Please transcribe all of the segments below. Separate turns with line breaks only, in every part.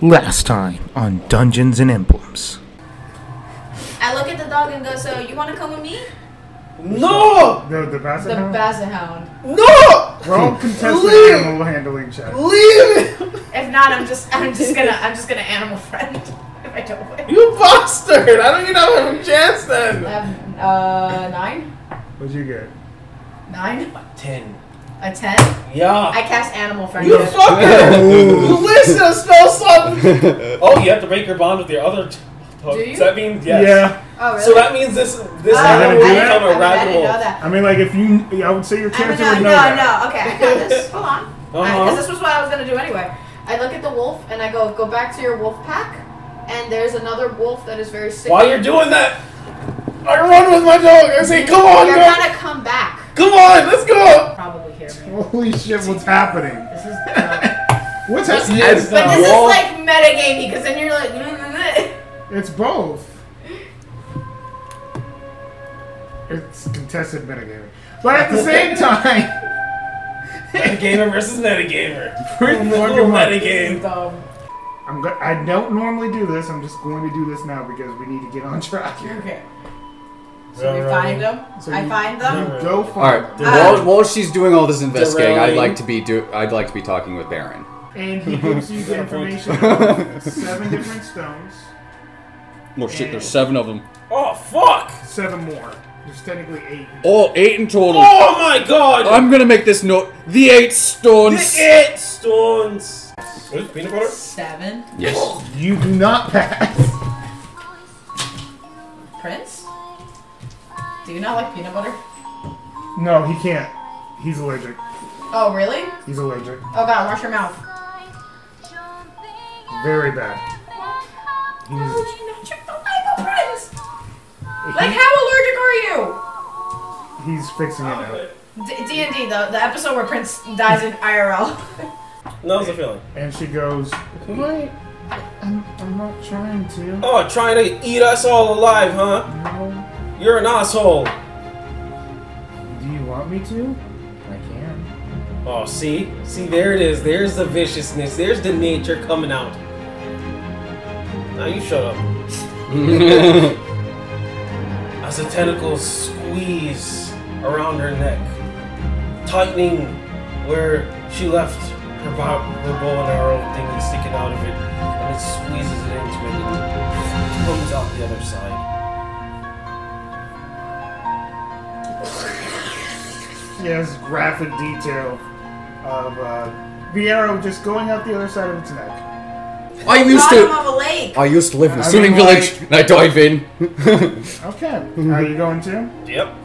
Last time on Dungeons and Emblems.
I look at the dog and go, so you want to come with me?
No!
The, the basset
The
Uh-huh.
hound?
basset hound.
No!
We're all contesting
Leave.
animal handling checks.
Leave it!
If not, I'm just, I'm just gonna, I'm just gonna animal friend. If I don't win.
You bastard! I don't even have a chance then!
Um, uh, nine,
What'd you get?
nine,
Ten.
a ten.
Yeah.
I cast animal friend.
You fucker! you listen to spell something!
Oh, you have to break your bond with your other. T-
Do you?
Does that mean yes?
Oh really?
So that means this this
Oh,
You're gonna
animal will
I didn't- I mean, I
do
become a rabbit
didn't know
wolf.
that.
I mean, like, if you, I would say your
I mean,
character
no,
would know
no,
that.
no. Okay, I got this. Hold on. Because
Uh huh.
this was what I was gonna do anyway. I look at the wolf and I go, go back to your wolf pack. And there's another wolf that is very sick.
While you're doing that,
I run with my dog. I say, come on,
You're
man!
gonna come back.
Come on, let's go!
Probably hear me.
Holy shit, what's happening?
This is. uh, dumb.
What's
This
happening?
is-
It's
but
not-
this
Wolf.
is like metagamey because then you're like. mm
It's both. It's contested metagaming. But at the same time,
gamer versus metagamer.
Pretty
Little
fucking much.
metagame.
Dumb.
I'm go- I don't normally do this. I'm just going to do this now because we need to get on track. here.
Okay. So we find them.
So
I
you-
find them.
you-
Go
All
find
right.
them.
while, while she's doing all this investigating, I'd
Derailing.
like to be do. I'd like to be talking with Baron.
And he gives you the information of seven different stones.
Well, Oh, shit, there's seven of them.
Oh fuck!
Seven more. There's technically eight.
Oh, eight in total.
Oh my god!
I'm gonna make this note. The eight
the
stones.
it stones. What is it, peanut butter?
Seven.
Yes.
You do not pass.
Prince? Do you not like peanut butter?
No, he can't. He's allergic.
Oh, really?
He's allergic.
Oh, God, wash your mouth.
Very bad. He's,
Holy no, check the label, Prince! Like,
he-
how allergic are
he's fixing it now.
you? D- D&D, the, the episode where Prince dies in IRL.
That was the feeling.
And she goes, Wait, I'm, I'm not trying to.
Oh, trying to eat us all alive, huh?
No.
You're an asshole.
Do you want me to? I can.
Oh, see, see, there it is. There's the viciousness. There's the nature coming out. Now you shut up. As the tentacles squeeze around her neck, tightening where she left her bow, her bow and arrow thingy sticking out of it, and it squeezes it into it. It comes out the other side.
She has graphic detail of uh, the arrow just going out the other side of its neck.
I used
Bottom
to.
of a lake.
I used to live in a
I mean,
swimming
like-
village, and I dive in.
Okay. Are you going to?
Yep.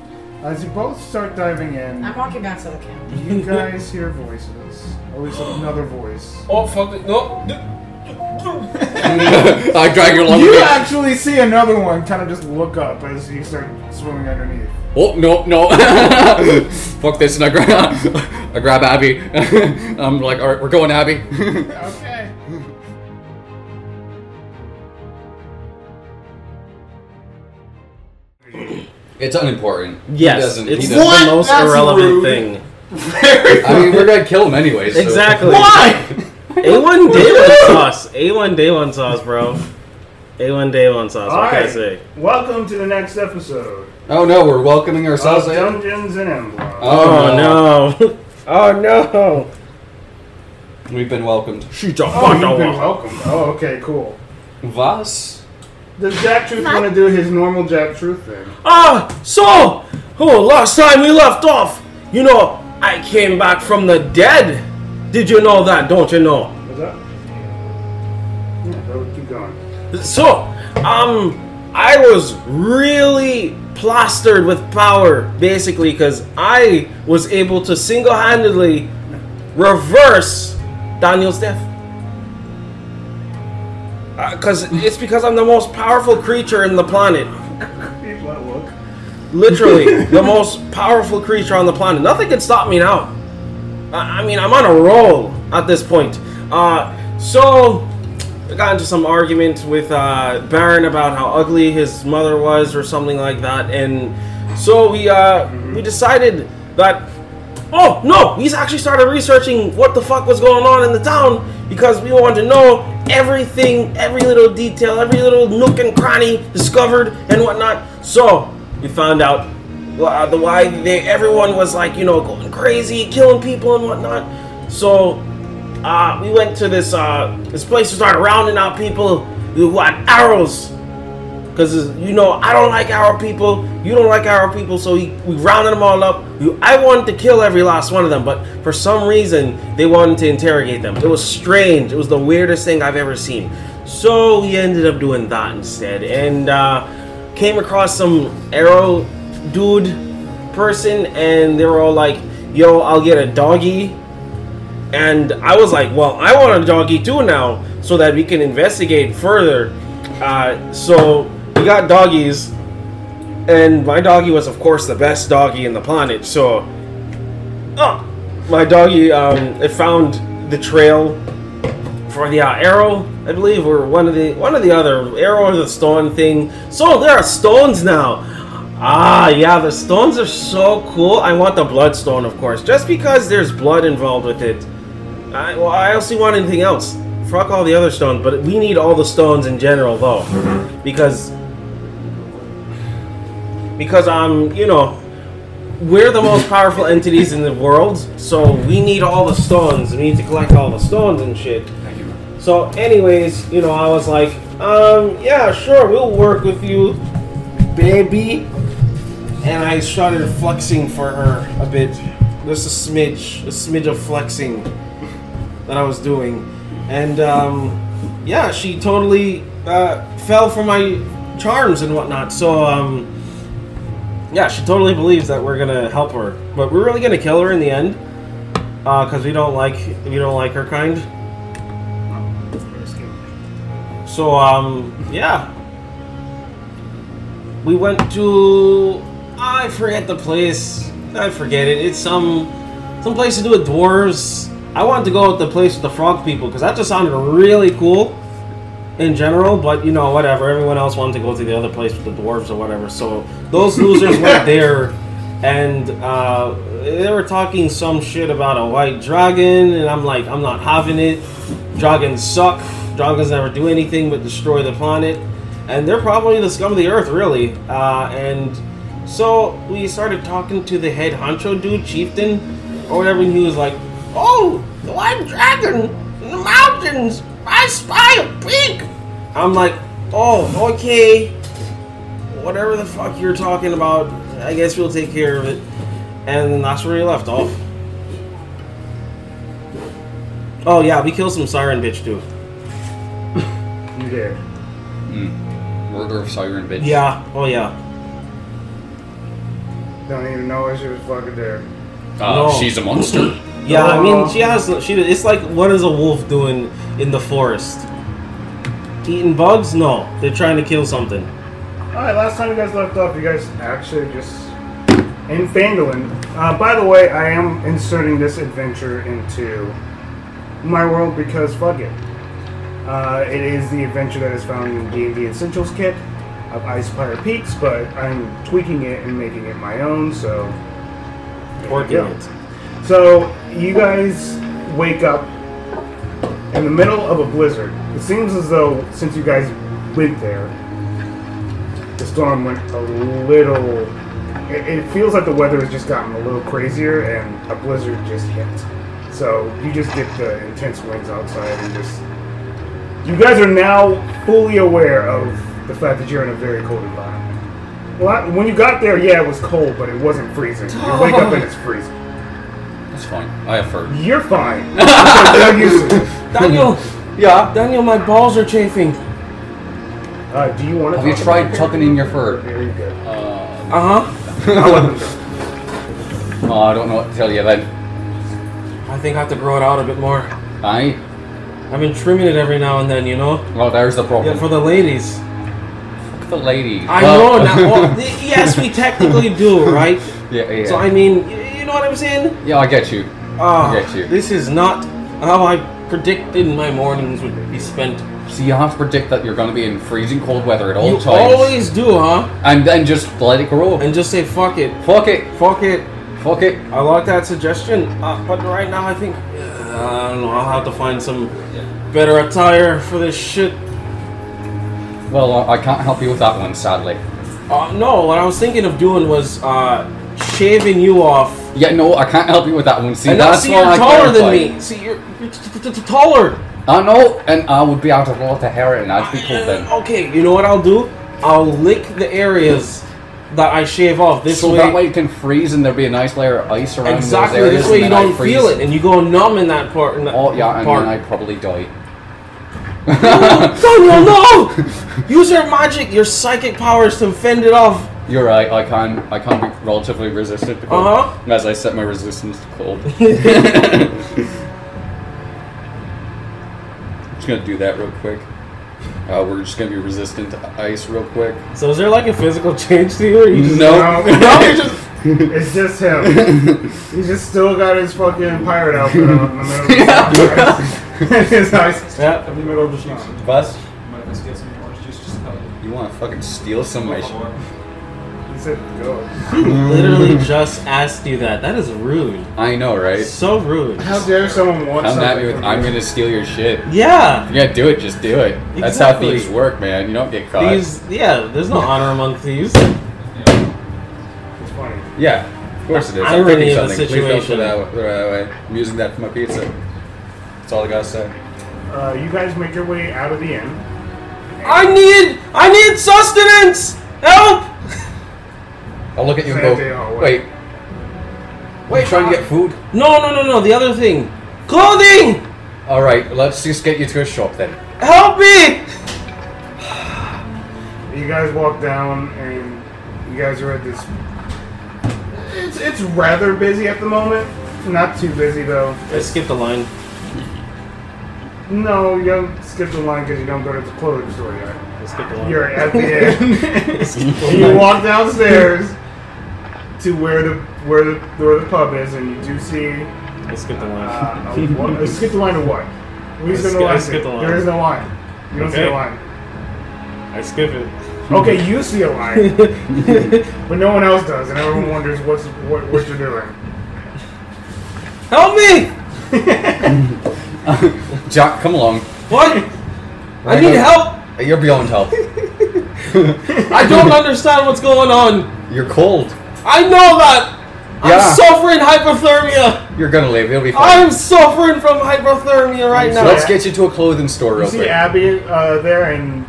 As you both start diving in,
I'm walking back to the camp.
you guys hear voices. At least another voice.
Oh fuck! it. No.
I drag you along.
You
with me.
actually see another one kind of just look up as you start swimming underneath.
Oh no no! Fuck this, and I grab, I grab Abby. I'm like, all right, we're going, Abby.
Okay.
it's unimportant. He doesn't- he
it's the
doesn't-
most irrelevant thing.
I mean, we're gonna kill him anyways. so-
Exactly. Why? A1 day one sauce. A1 day one sauce, bro. A1 day one sauce. What can I say?
Welcome to the next episode
Oh no, we're welcoming
of
ourselves. in.
Dungeons and Emblems.
Uh,
Oh no. Oh no.
We've been welcomed.
Shoot your
Oh, you've been welcome. Oh, okay, cool.
Was?
Does Jack Truth want to do his normal Jack Truth thing?
Ah, so, oh, last time we left off, you know, I came back from the dead. Did you know that? Don't you know?
What's up? Yeah, go- keep going.
So, um, I was really plastered with power, basically, because I was able to single-handedly reverse Daniel's death. Because it's because I'm the most powerful creature in the planet.
Keep that look.
Literally, the most powerful creature on the planet. Nothing can stop me now. I, I mean, I'm on a roll at this point. Uh, so, I got into some argument with uh, Baron about how ugly his mother was, or something like that, and so we uh, we decided that. Oh no! He's actually started researching what the fuck was going on in the town because we wanted to know everything, every little detail, every little nook and cranny discovered and whatnot. So we found out uh, the why they everyone was like you know going crazy, killing people and whatnot. So uh, we went to this uh, this place to start rounding out people who had arrows. Because, you know, I don't like our people. You don't like our people. So we, we rounded them all up. You, I wanted to kill every last one of them. But for some reason, they wanted to interrogate them. It was strange. It was the weirdest thing I've ever seen. So we ended up doing that instead. And uh, came across some arrow dude person. And they were all like, yo, I'll get a doggy. And I was like, well, I want a doggy too now, so that we can investigate further. Uh, so we got doggies, and my doggy was, of course, the best doggy in the planet. So, uh, my doggy, um, it found the trail for the uh, arrow, I believe, or one of the one of the other arrow or the stone thing. So there are stones now. Ah, yeah, the stones are so cool. I want the bloodstone, of course, just because there's blood involved with it. I, well, I also want anything else. Fuck all the other stones, but we need all the stones in general, though, because because um, you know, we're the most powerful entities in the world, so we need all the stones. We need to collect all the stones and shit. So, anyways, you know, I was like, um, yeah, sure, we'll work with you, baby. And I started flexing for her a bit, just a smidge, a smidge of flexing that I was doing, and um, yeah, she totally uh, fell for my charms and whatnot. So um, yeah, she totally believes that we're gonna help her, but we're really gonna kill her in the end because we don't like we don't like her kind. So um yeah. We went to I forget the place. I forget it. It's some some place to do with dwarves. I wanted to go with the place with the frog people because that just sounded really cool in general. But you know, whatever. Everyone else wanted to go to the other place with the dwarves or whatever. So those losers went there, and uh, they were talking some shit about a white dragon, and I'm like, I'm not having it. Dragons suck. Dragons never do anything but destroy the planet, and they're probably the scum of the earth, really. Uh, and so we started talking to the head honcho dude, chieftain, or whatever, and he was like, "Oh, the white dragon in the mountains. I spy a pig." I'm like, oh, okay. Whatever the fuck you're talking about, I guess we'll take care of it. And that's where he left off. Oh yeah, we killed some siren bitch too.
You did.
Murder of Siren Bitch.
Yeah. Oh yeah.
Don't even know why she was fucking there.
Uh,
No.
She's a monster.
Yeah. I mean, she has. She. It's like, what is a wolf doing in the forest? Eating bugs? No, they're trying to kill something.
Alright, last time you guys left off, you guys actually just in Fangolin. Uh, by the way, I am inserting this adventure into my world because fuck it. Uh, it is the adventure that is found in D&D Essentials Kit of Ice Pirate Peaks, but I'm tweaking it and making it my own, so...
Working
Yeah.
it.
So you guys wake up in the middle of a blizzard. It seems as though since you guys went there, the storm went a little. It, it feels like the weather has just gotten a little crazier, and a blizzard just hit. So you just get the intense winds outside, and just you guys are now fully aware of the fact that you're in a very cold environment. Well, I- when you got there, yeah, it was cold, but it wasn't freezing. You wake up and it's freezing.
That's fine. I have fur.
You're fine. I'm used to it.
Daniel. yeah. Daniel, my balls are chafing.
Uh, do you want to?
Have you tried tucking in your fur?
There you go.
Uh,
Uh huh.
I'll let them go.
oh, I don't know what to tell you then.
I think I have to grow it out a bit more.
Aye.
I've been trimming it every now and then, you know.
Well, there's the problem.
Yeah, for the ladies.
Fuck the lady.
I
Well-
know. Now, well, y- yes, we technically do, right?
yeah, yeah.
So I mean, y- you know what I'm saying?
yeah, I get you.
Ah,
I get you.
This is not how I predicted my mornings would be spent.
So you have to predict that you're going to be in freezing cold weather at all
you
times,
always do, huh?
and then just let it grow.
And just say fuck it,
fuck it,
fuck it.
fuck it.
I like that suggestion, uh, but right now I think uh, I don't know. I'll have to find some better attire for this shit.
Well, uh, I can't help you with that one, sadly.
Uh, no, what I was thinking of doing was uh, shaving you off.
Yeah, no, I can't help you with that one. See,
and
that's
see,
why
you're
I
taller than
clarified.
me. See, you're, you're t- t- t- t- taller.
I know, and I would be out of water hair, and I'd be cold then.
Okay, you know what I'll do? I'll lick the areas that I shave off. This
so
way,
that way it can freeze, and there'd be a nice layer of ice around
exactly.
those areas.
This way,
and
you
then I'd
don't
freeze.
feel it, and you go numb in that part. In that
Oh yeah, and
part.
then I'd probably die.
Daniel, no! Use your magic, your psychic powers to fend it off.
You're right. I can I can be relatively resistant to cold.
Uh-huh.
As I set my resistance to cold. just gonna do that real quick. Uh, we're just gonna be resistant to ice real quick.
So is there like a physical change to you? Or you just
No.
No,
you're
It's just him. He's just still got his fucking pirate outfit on in the middle of the sunrise. His eyes
Yeah.
in the middle of the sun.
Bus,
Might as well steal some orange juice just to cover it.
you want to fucking steal some of my shit?
He said, go.
Literally just asked you that. That is rude.
I know, right?
So rude.
How dare someone want
Come at
something
me with
from
I'm
you."
gonna steal your shit.
Yeah.
Yeah, do it. Just do it. That's how
Exactly.
thieves work, man. You don't get caught.
Thieves. Yeah. There's no honor among thieves.
It's funny.
Yeah, of course it is. I'm
Irony
picking
of the
something. Please don't put
situation.
that put that away. I'm using that for my pizza. That's all I gotta say.
Uh, you guys make your way out of the inn.
I need. I need sustenance. Help.
I'll look at you and
Sanjay
go.
Hallway.
Wait, wait.
Wait,
Trying to
I-
get food.
No, no, no, no. The other thing. Clothing.
All right, let's just get you to a shop then.
Help me.
You guys walk down, and you guys are at this. It's, it's rather busy at the moment. Not too busy though.
I skipped a line.
No, you don't skip the line because you don't go to the clothing store yet.
I skipped a line.
You're at the inn.
I skipped a
And you
line.
walk downstairs to where the where the where the pub is, and you do see.
I skipped a line.
Uh, a wa- uh, skip the line of what? We
Let's
skip the
sk-
line.
let's skip the line.
There is no line. You don't see a
Okay.
line.
I skip it.
Okay, you see a line, but no one else does, and everyone wonders what's what, what you're doing.
Help me.
Jack, come along.
What? I
Right
need
now-
help.
You're beyond help.
I don't understand what's going on.
You're cold.
I know that.
Yeah.
I'm suffering hypothermia.
You're gonna live. It'll be fine.
I'm suffering from hypothermia right
So
now.
let's get you to a clothing store
You
real
see
quick.
Abby uh, there, and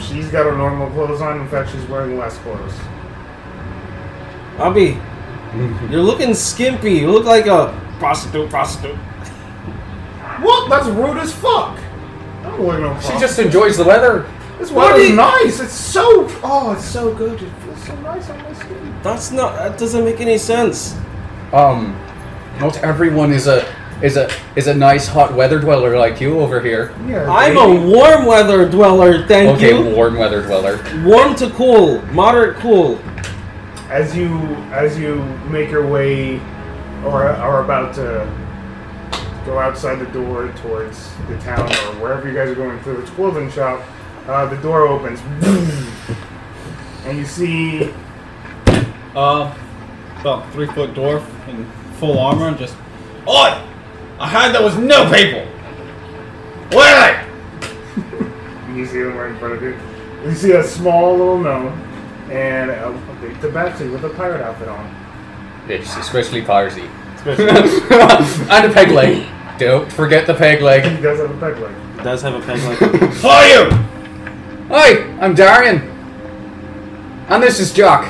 she's got her normal clothes on. In fact, she's wearing less clothes.
Abby, you're looking skimpy. You look like a prostitute, prostitute.
What? That's rude as fuck. I'm wearing no.
She just enjoys the weather.
This
What do
water's
you-
nice. It's so oh, it's so good. It feels so nice on my skin.
That's not. That doesn't make any sense.
Um, not everyone is a is a is a nice hot weather dweller like you over here.
Yeah,
I'm
baby.
a warm weather dweller. Thank
okay,
you.
warm weather dweller.
Warm to cool, moderate cool.
as you as you make your way or are about to go outside the door towards the town or wherever you guys are going through this clothing shop, uh, the door opens, and you see
Uh, about three foot dwarf in full armor and just. Oi! I heard there was no people! Where are
you see them right in front of you. You see a small little gnome and a, a big tabaxi with a pirate outfit on.
It's especially piracy. and a peg leg. Don't forget the peg leg.
He does have a peg leg.
It does have a peg like.
they? Who are you?
Hi, I'm Darian. And this is Jock.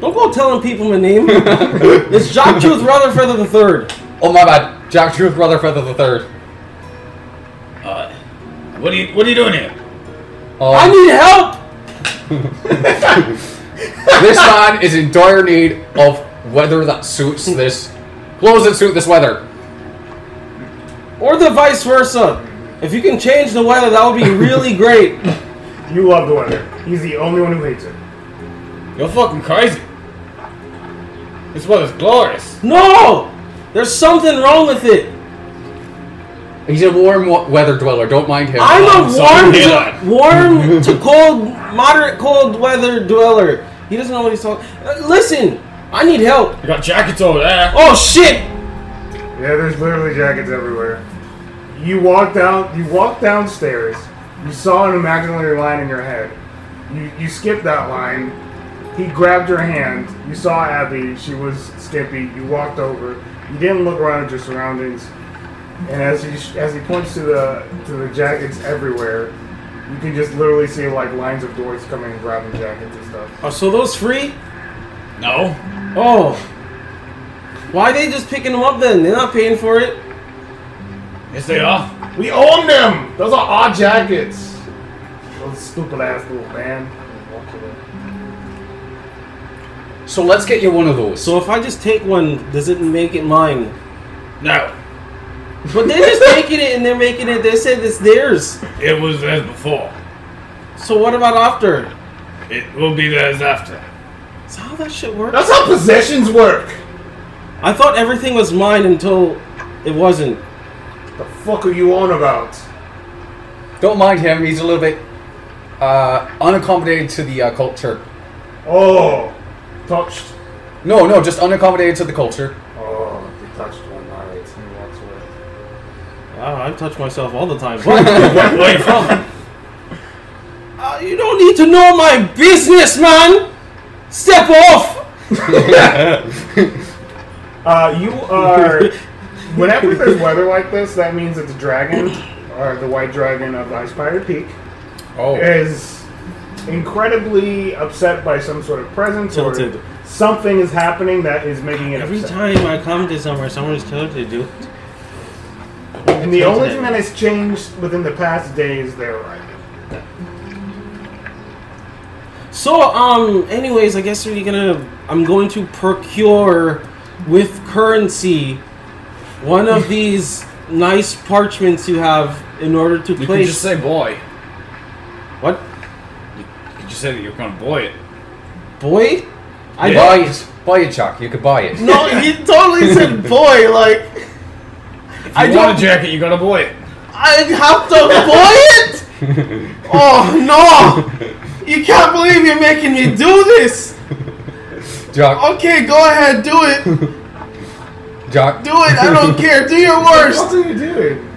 Don't go telling people my name. it's Jock Tooth Rutherford the Third.
Oh my bad, Jack Truth Rutherford the Third.
Uh, what are you, what are you doing here?
Oh,
I need help.
this man is in dire need of weather that suits this clothes that suit this weather.
Or the vice versa. If you can change the weather, that would be really great.
You love the weather. He's the only one who hates it.
You're fucking crazy. This weather's glorious.
No! There's something wrong with it.
He's a warm wa- weather dweller. Don't mind him.
I'm a
Oh, so
warm,
do
to,
I.
warm to cold, moderate cold weather dweller. He doesn't know what he's talking. Uh, listen, I need help.
You got jackets over there.
Oh shit!
Yeah, there's literally jackets everywhere. You walk down. You walk downstairs. You saw an imaginary line in your head. You you skipped that line. He grabbed your hand. You saw Abby. She was skimpy. You walked over. You didn't look around at your surroundings. And as he sh- as he points to the to the jackets everywhere, you can just literally see like lines of doors coming and grabbing jackets and stuff.
Oh,
Are so those free?
No.
Oh. Why they just picking them up then? They're not paying for it.
Yes, they are.
We own them. Those are our jackets. Those stupid ass little man. Walk away.
So let's get you one of those.
So if I just take one, does it make it mine?
No.
But they're just taking it and they're making it. They said it's theirs.
It was as before.
So what about after?
It will be as after.
Is that how that shit works?
That's how possessions work.
I thought everything was mine until it wasn't.
The fuck are you on about?
Don't mind him. He's a little bit uh, unaccommodated to the uh, culture.
Oh, touched.
No, no, just unaccommodated to the culture.
Oh, he touched one. All right, he walks away.
Wow, I touch myself all the time. What? Where are you from? Uh, you don't need to know my business, man. Step off.
Uh, you are. whenever there's weather like this, that means that the dragon, or the white dragon of Ice Pirate Peak,
Oh,
is incredibly upset by some sort of presence
Tilted.
or something is happening that is making it
Every
upset.
time I come to somewhere, someone's tilted, dude.
And the only thing that has changed within the past day is their arrival.
So, um, anyways, I guess we're gonna. I'm going to procure with currency one of these nice parchments you have in order to
You could
place.
just say boy.
what?
You could just say that you're gonna boy it.
Boy? I
Yeah.
buy it, buy it, Chuck. You could buy it.
No, he totally said boy, like.
If you
I
want
don't.
a jacket, you gotta boy it.
I have to boy it? Oh, no! You can't believe you're making me do this!
Jock,
Okay, go ahead, do it. Do
Jock.
it, I don't care. Do your
What
worst.
are you doing?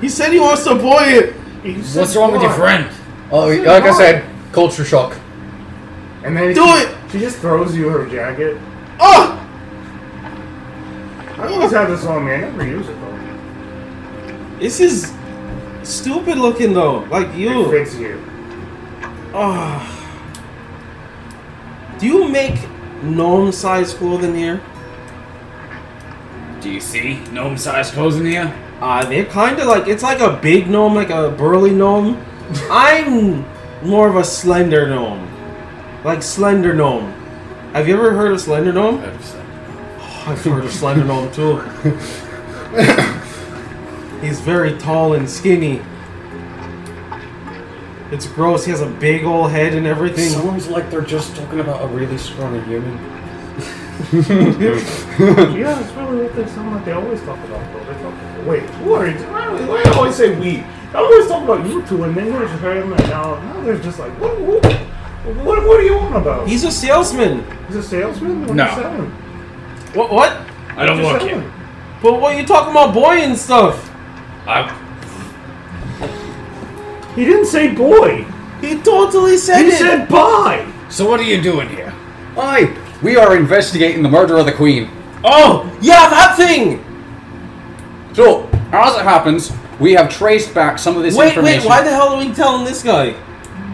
He said he wants to boy it.
You said
What's wrong with your
what?
friend?
Oh, like I said, culture shock.
And then
Do
she,
it!
She just throws you her jacket.
Oh!
I always have this on me. I never use it though.
This is stupid looking though. Like
It
you.
fits you.
Oh. Do you make gnome size clothing here?
Do you see gnome-sized clothes in here?
Uh, they're kind of like it's like a big gnome, like a burly gnome. I'm more of a slender gnome, like slender gnome. Have you ever heard of slender gnome? Oh, I've heard of slender gnome too. He's very tall and skinny. It's gross. He has a big old head and everything.
like they're just talking about a really strong human.
Yeah, it's really what they sound like. They always talk about though. They talk about, wait, who are you? Why do why do I always say we? I always talk about you two, and then there's them, and now now they're just like, what? What? What, what are you on about?
He's a salesman.
He's a salesman. What
No.
Are you selling? What
What? What?
I don't
you
want
selling?
you.
But what you talking about, boy and stuff?
I,
He didn't say boy.
He totally said
He
it.
said buy.
so what are you doing here?
Hi, we are investigating the murder of the queen.
oh, yeah, that thing.
So, as it happens, we have traced back some of this
Wait,
information.
wait, why the hell are we telling this guy?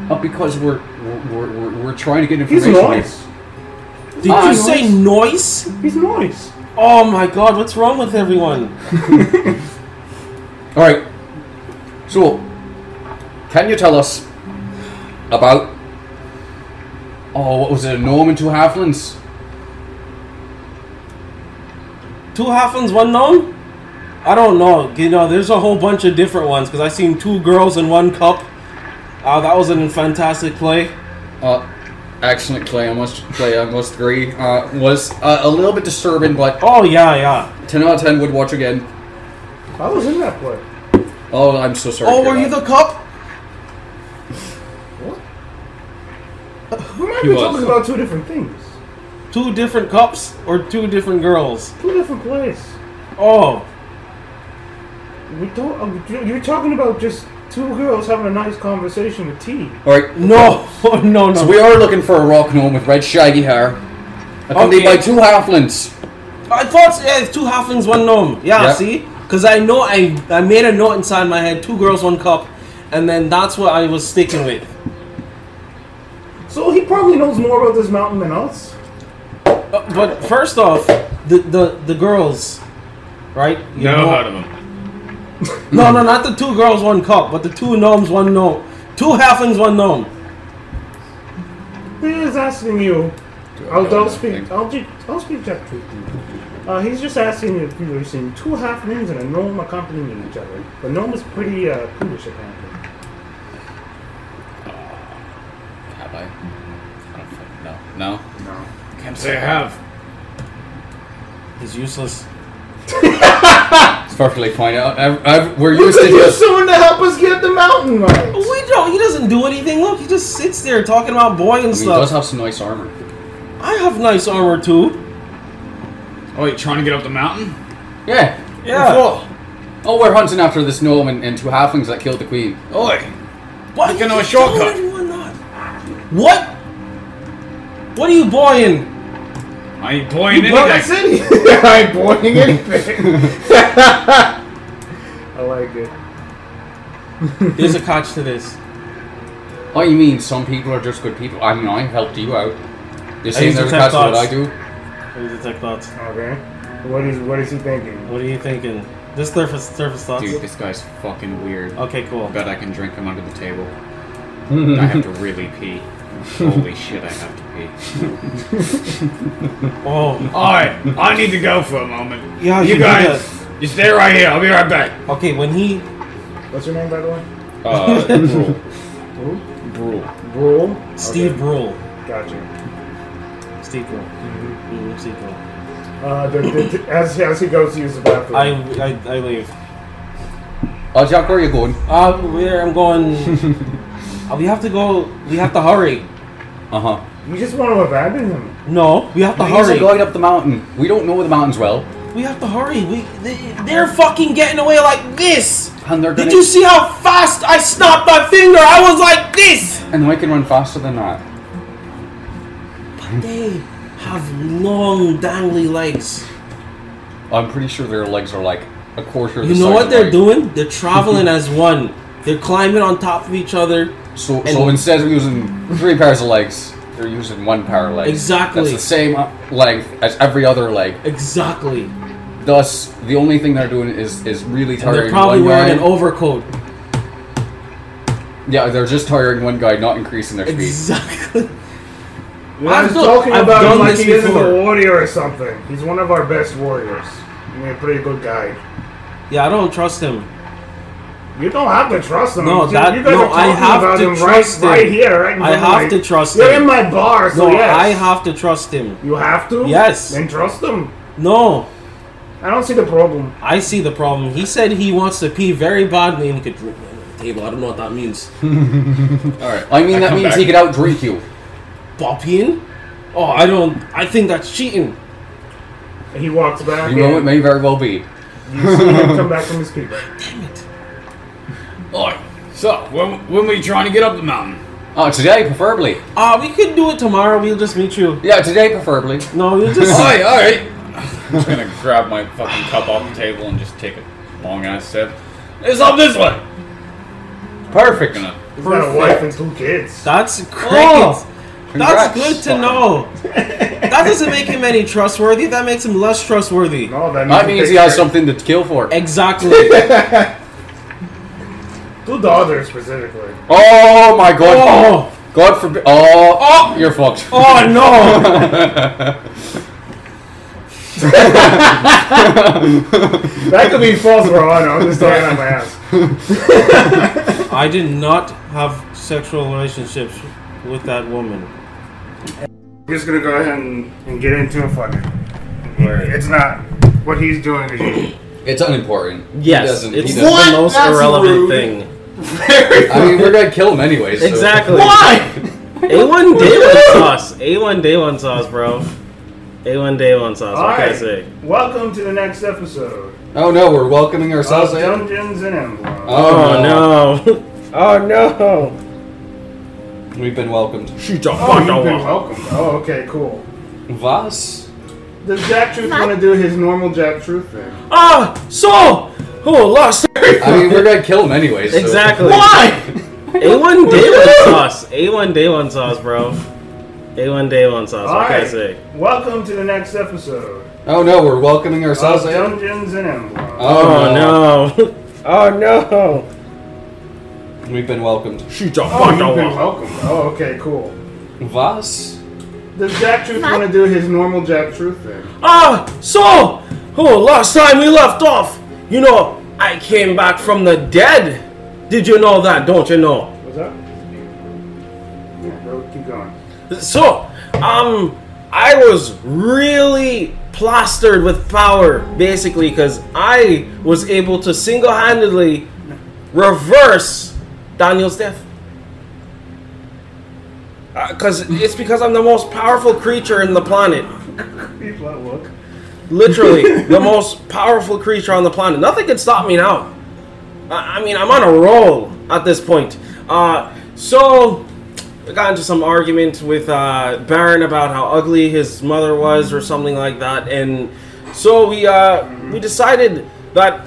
Uh, because we're we're, we're we're we're trying to get
He's
information.
noise.
Did
Ah,
you say noise?
He's noise.
Oh my god, what's wrong with everyone?
All right. So, can you tell us about oh, what was it? A gnome and two halflings.
Two halflings, one gnome? I don't know. You know, there's a whole bunch of different ones because I seen two girls in one cup. Oh, that was a fantastic play.
Uh, excellent play. I must play. I must agree. Uh, was uh, a little bit disturbing, but
Oh yeah, yeah.
ten out of ten would watch again.
I was in that play.
Oh, I'm so sorry.
Oh,
to hear
were you
that.
the cup?
We might
He
be
was.
talking about two different things,
Two different cups or two different girls?
Oh,
two different plays.
Oh,
We don't. uh, you- You're talking about just two girls having a nice conversation with tea.
Alright,
No, no, no.
so we are looking for a rock gnome with red shaggy hair. Accompanied
Okay.
by two halflings.
I thought yeah, it's two halflings, one gnome. Yeah,
Yeah.
see, because I know I I made a note inside my head: two girls, one cup, and then that's what I was sticking with.
So he probably knows more about this mountain than us.
Uh, but first off, the the, the girls, right? You
No
know-
heard of him.
No, no, not the two girls, one cup, but the two gnomes, one gnome, two halflings, one gnome.
He is asking you. I'll, I'll speak. I'll, ju- I'll speak Jack to you. Uh, he's just asking if you were seeing two halflings and a gnome accompanying each other. The gnome is pretty uh, prudish apparently.
Have I? I don't fucking know. No?
No.
Can't say I have.
He's useless.
It's perfectly fine. I, I, I, we're used to
Could use
just.
someone to help us get up the mountain, right?
We don't. He doesn't do anything. Look, he just sits there talking about boy and
He does
stuff.
have some nice armor.
I have nice armor too.
Oh, you trying to get up the mountain?
Yeah.
Yeah.
Oh, we're hunting after this gnome and, and two halflings that killed the queen.
Oi!
Why
Looking
you
on a
keep
shortcut.
telling everyone not? What? What are you boying?
I ain't playing
Well, I
anything.
said he- I ain't boarding anything. I like it.
There's a catch to this.
Oh, you mean some people are just good people? I mean, I helped you out. You're saying
used to
there's a
tap
catch to what I
thoughts.
do?
Detect thoughts.
Okay. What is what is he thinking?
What are you thinking? Just surface surface thoughts.
Dude, this guy's fucking weird. I
Okay, cool.
bet I can drink him under the table. I have to really pee. Holy shit, I have to pee.
Oh,
Alright, I need to go for a moment.
Yeah, you
you
do
guys, you stay right here. I'll be right back.
okay. When he
What's your name by the way?
Uh, Brule.
Who?
Brule.
Brule.
Steve Brule,
Okay, Gotcha.
Steve Brule, Mhm, Steve Brule.
Uh, the, the, the, as as he goes to use the bathroom.
I, I I leave.
Oh, Jack, where are you going?
Uh, where I'm going? Uh, we have to go. We have to hurry.
Uh huh.
you just want to abandon him.
No, we have to
He's a
hurry.
guide up the mountain. We don't know the mountains well.
We have to hurry. We they, they're fucking getting away like this.
And they're gonna.
Did you see how fast I snapped my finger? I was like this.
And I can run faster than that.
They have long dangly legs.
I'm pretty sure their legs are like a quarter of the
You know
size
what
of
they're
mine.
doing? They're traveling as one. They're climbing on top of each other.
So, so
And-
instead of using three pairs of legs, they're using one pair of legs.
Exactly.
That's the same uh, length as every other leg.
Exactly.
Thus, the only thing they're doing is is really
And they're
tiring
probably
one
wearing
guy.
an overcoat.
yeah, they're just tiring one guy, not increasing their speed.
Exactly.
I'm
still-
talking
I've
about
done
him like
this
he isn't
before.
a warrior or something. He's one of our best warriors. I mean, a pretty good guy.
Yeah, I don't trust him.
You don't have to trust him.
No,
you,
that-
you guys
no,
are
I
talking
have
about
to
him
trust
right,
him.
right here, right? in
I
front of
have
my-
to trust
You're
him.
in my bar, so
Oh,
No,
yes.
I have to trust him.
You have to.
Yes.
Then trust him.
No,
I don't see the problem.
I see the problem. He said he wants to pee very badly and could drink on the table. I don't know what that means.
Alright. I mean,
I
that
come
means
back.
he could outdrink you.
Bopping? Oh, I don't. I think that's cheating.
He walks back.
You know, it
and
may very well be.
You see him come back from his pee break.
Oi,
oh.
so when when were you trying to get up the mountain?
Oh, today, preferably.
Ah, we could do it tomorrow. We'll just meet you.
Yeah, today, preferably.
No, we'll just.
Oi, alright. I'm just gonna grab my fucking cup off the table and just take a long ass sip. It's up this way.
Perfect.
Gonna.
He's got a wife and two kids.
that's great.
Oh,
that's
congrats.
good to know. That doesn't make him any trustworthy. That makes him less trustworthy.
No, that means,
That means he has something to kill for.
Exactly.
Two daughters specifically.
Oh my god.
oh,
God forbid. Oh, oh, you're fucked.
oh no.
That could be false, bro. I know. I'm just throwing it on my ass.
I did not have sexual relationships with that woman.
I'm just gonna go ahead and, and get into it for me.
Word.
It's not what he's doing. Is he?
It's unimportant. He
Yes,
doesn't- he
it's the
doesn't-
most
That's
irrelevant
rude.
thing.
I mean, we're gonna kill him anyways. so-
Exactly.
Why?
A one day one sauce. A one day one sauce, bro.
A1 day one sauce.
All
What can I
right.
say?
Welcome to the next episode
Oh no, we're welcoming
of
ourselves in.
Dungeons and Emblems.
Oh no! oh no!
We've been welcomed.
Shoot your
oh, you've been welcome. Oh, okay, cool.
Was?
Does Jack Truth want to do his normal Jack Truth thing?
Ah, so who lost?
I mean, we're gonna kill him anyways. so-
Exactly.
Why?
A1 day one sauce. A1 day one sauce, bro. A1 day one sauce.
All
What can I
right.
say?
Welcome to the next episode
Oh no, we're welcoming
of
ourselves in.
Dungeons and Emblems.
Oh no! oh no!
We've been welcomed.
Shoot your
Oh, you've been welcome. Oh, okay, cool.
Was?
Does Jack Truth want to do his normal Jack Truth thing?
Ah, so, oh, last time we left off, you know, I came back from the dead. Did you know that? Don't you know?
What's up? Yeah, bro, keep going.
So, um, I was really plastered with power, basically, because I was able to single-handedly reverse Daniel's death. Because it's because I'm the most powerful creature in the planet.
People at look.
literally the most powerful creature on the planet. Nothing can stop me now. I, I mean, I'm on a roll at this point. Uh, so, I got into some argument with uh, Baron about how ugly his mother was, or something like that, and so we uh, we decided that.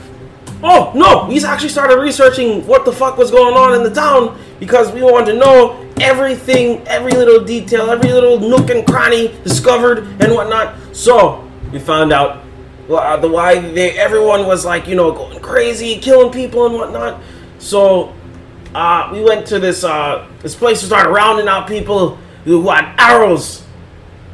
Oh no! He's actually started researching what the fuck was going on in the town because we wanted to know everything, every little detail, every little nook and cranny discovered and whatnot. So we found out well, uh, the why they, everyone was like you know going crazy, killing people and whatnot. So uh, we went to this uh, this place to start rounding out people who had arrows.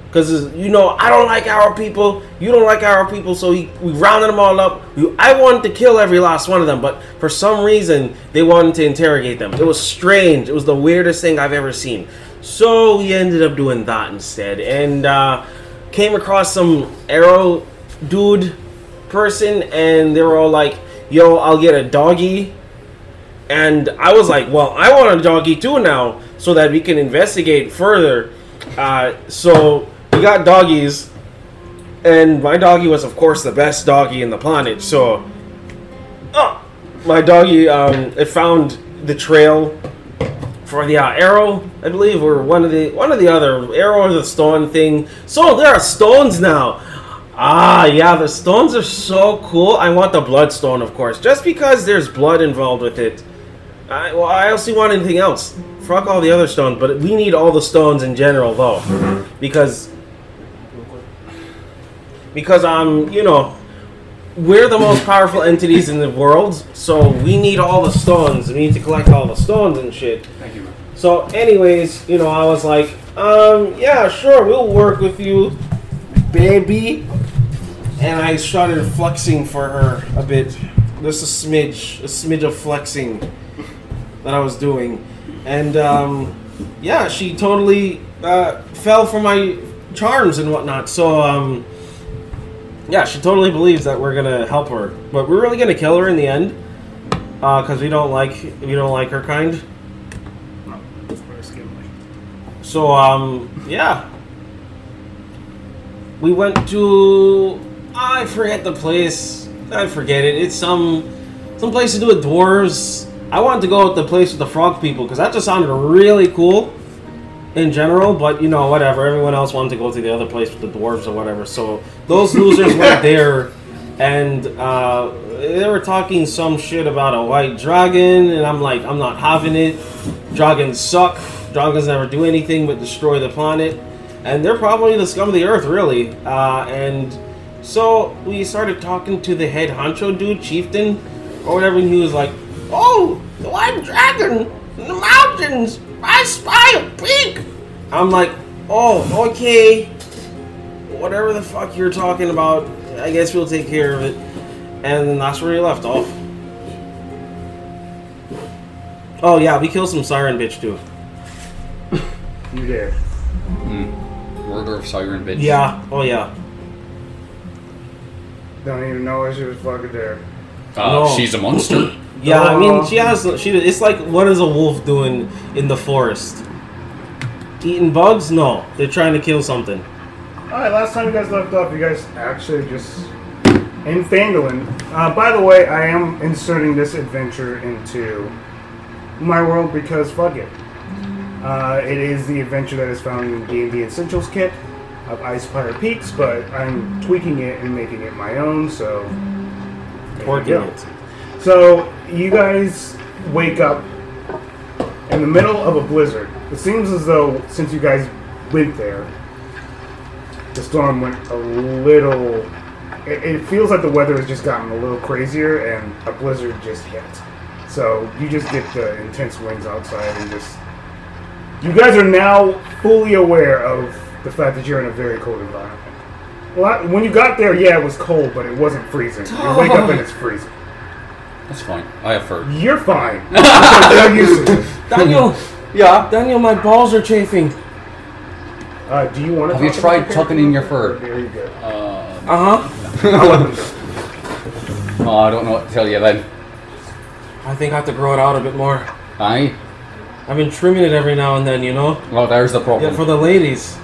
Because, you know, I don't like our people. You don't like our people. So we, we rounded them all up. We, I wanted to kill every last one of them. But for some reason, they wanted to interrogate them. It was strange. It was the weirdest thing I've ever seen. So we ended up doing that instead. And uh, came across some arrow dude person. And they were all like, yo, I'll get a doggy. And I was like, well, I want a doggy too now, so that we can investigate further. Uh, so we got doggies, and my doggy was, of course, the best doggy in the planet. So, uh, my doggy, um, it found the trail for the uh, arrow, I believe, or one of the one of the other arrow or the stone thing. So there are stones now. Ah, yeah, the stones are so cool. I want the bloodstone, of course, just because there's blood involved with it. I, well, I also want anything else. Fuck all the other stones, but we need all the stones in general, though, because because um, you know, we're the most powerful entities in the world, so we need all the stones. We need to collect all the stones and shit.
Thank you, man.
So, anyways, you know, I was like, um, yeah, sure, we'll work with you, baby. And I started flexing for her a bit. Just a smidge, a smidge of flexing that I was doing. And, um, yeah, she totally uh, fell for my charms and whatnot. So, um, yeah, she totally believes that we're gonna help her, but we're really gonna kill her in the end, because we don't like we don't like her kind.
No, we're skimming.
So um yeah. We went to I forget the place. I forget it. It's some some place to do with dwarves. I wanted to go with the place with the frog people because that just sounded really cool in general, but you know, whatever. Everyone else wanted to go to the other place with the dwarves or whatever. So those losers went there and uh, they were talking some shit about a white dragon, and I'm like, I'm not having it. Dragons suck. Dragons never do anything but destroy the planet, and they're probably the scum of the earth, really. Uh, and so we started talking to the head honcho dude, chieftain, or whatever, and he was like, "Oh, the white dragon in the mountains. I spy a pig." I'm like, "Oh, okay." whatever the fuck you're talking about, I guess we'll take care of it. And then that's where he left off. Oh yeah, we killed some siren bitch too.
You did.
Murder of Siren Bitch.
Yeah. Oh yeah.
Don't even know why she was fucking there.
Uh,
No.
She's a monster.
Yeah. I mean, she has. She. It's like, what is a wolf doing in the forest? Eating bugs? No, they're trying to kill something.
Alright, last time you guys left off, you guys actually just in Fandolin. Uh, by the way, I am inserting this adventure into my world because fuck it. Uh, it is the adventure that is found in D&D Essentials Kit of Ice Pirate Peaks, but I'm tweaking it and making it my own, so... there you go. So you guys wake up in the middle of a blizzard. It seems as though since you guys went there, the storm went a little. It, it feels like the weather has just gotten a little crazier, and a blizzard just hit. So you just get the intense winds outside, and just you guys are now fully aware of the fact that you're in a very cold environment. Well, I- when you got there, yeah, it was cold, but it wasn't freezing. You wake up and it's freezing.
That's fine. I have fur.
You're fine. You're used to this.
Daniel,
Yeah.
Daniel, my balls are chafing.
Uh, do you want to?
Have you tried tucking in your fur?
There you go.
Uh huh.
Oh, I don't know what to tell you then.
I think I have to grow it out a bit more.
Aye.
I've been trimming it every now and then, you know.
Well, there's the problem.
Yeah, for the ladies.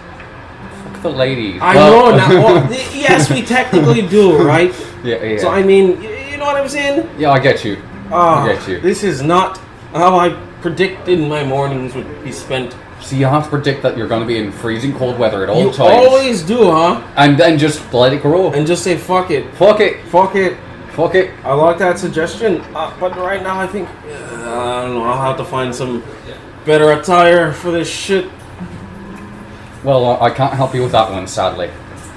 Fuck the ladies.
I
Well-
know. Now, well, y- yes, we technically do, right?
yeah, yeah.
So I mean, y- you know what I'm saying?
yeah, I get you.
Ah,
I get you.
This is not how I predicted my mornings would be spent.
So you have to predict that you're going to be in freezing cold weather at all
you
times,
always do, huh?
and then just let it grow.
And just say fuck it.
fuck it,
Fuck it.
fuck it.
I like that suggestion, uh, but right now I think uh, I don't know. I'll have to find some better attire for this shit.
Well, uh, I- I can't help you with that one, sadly.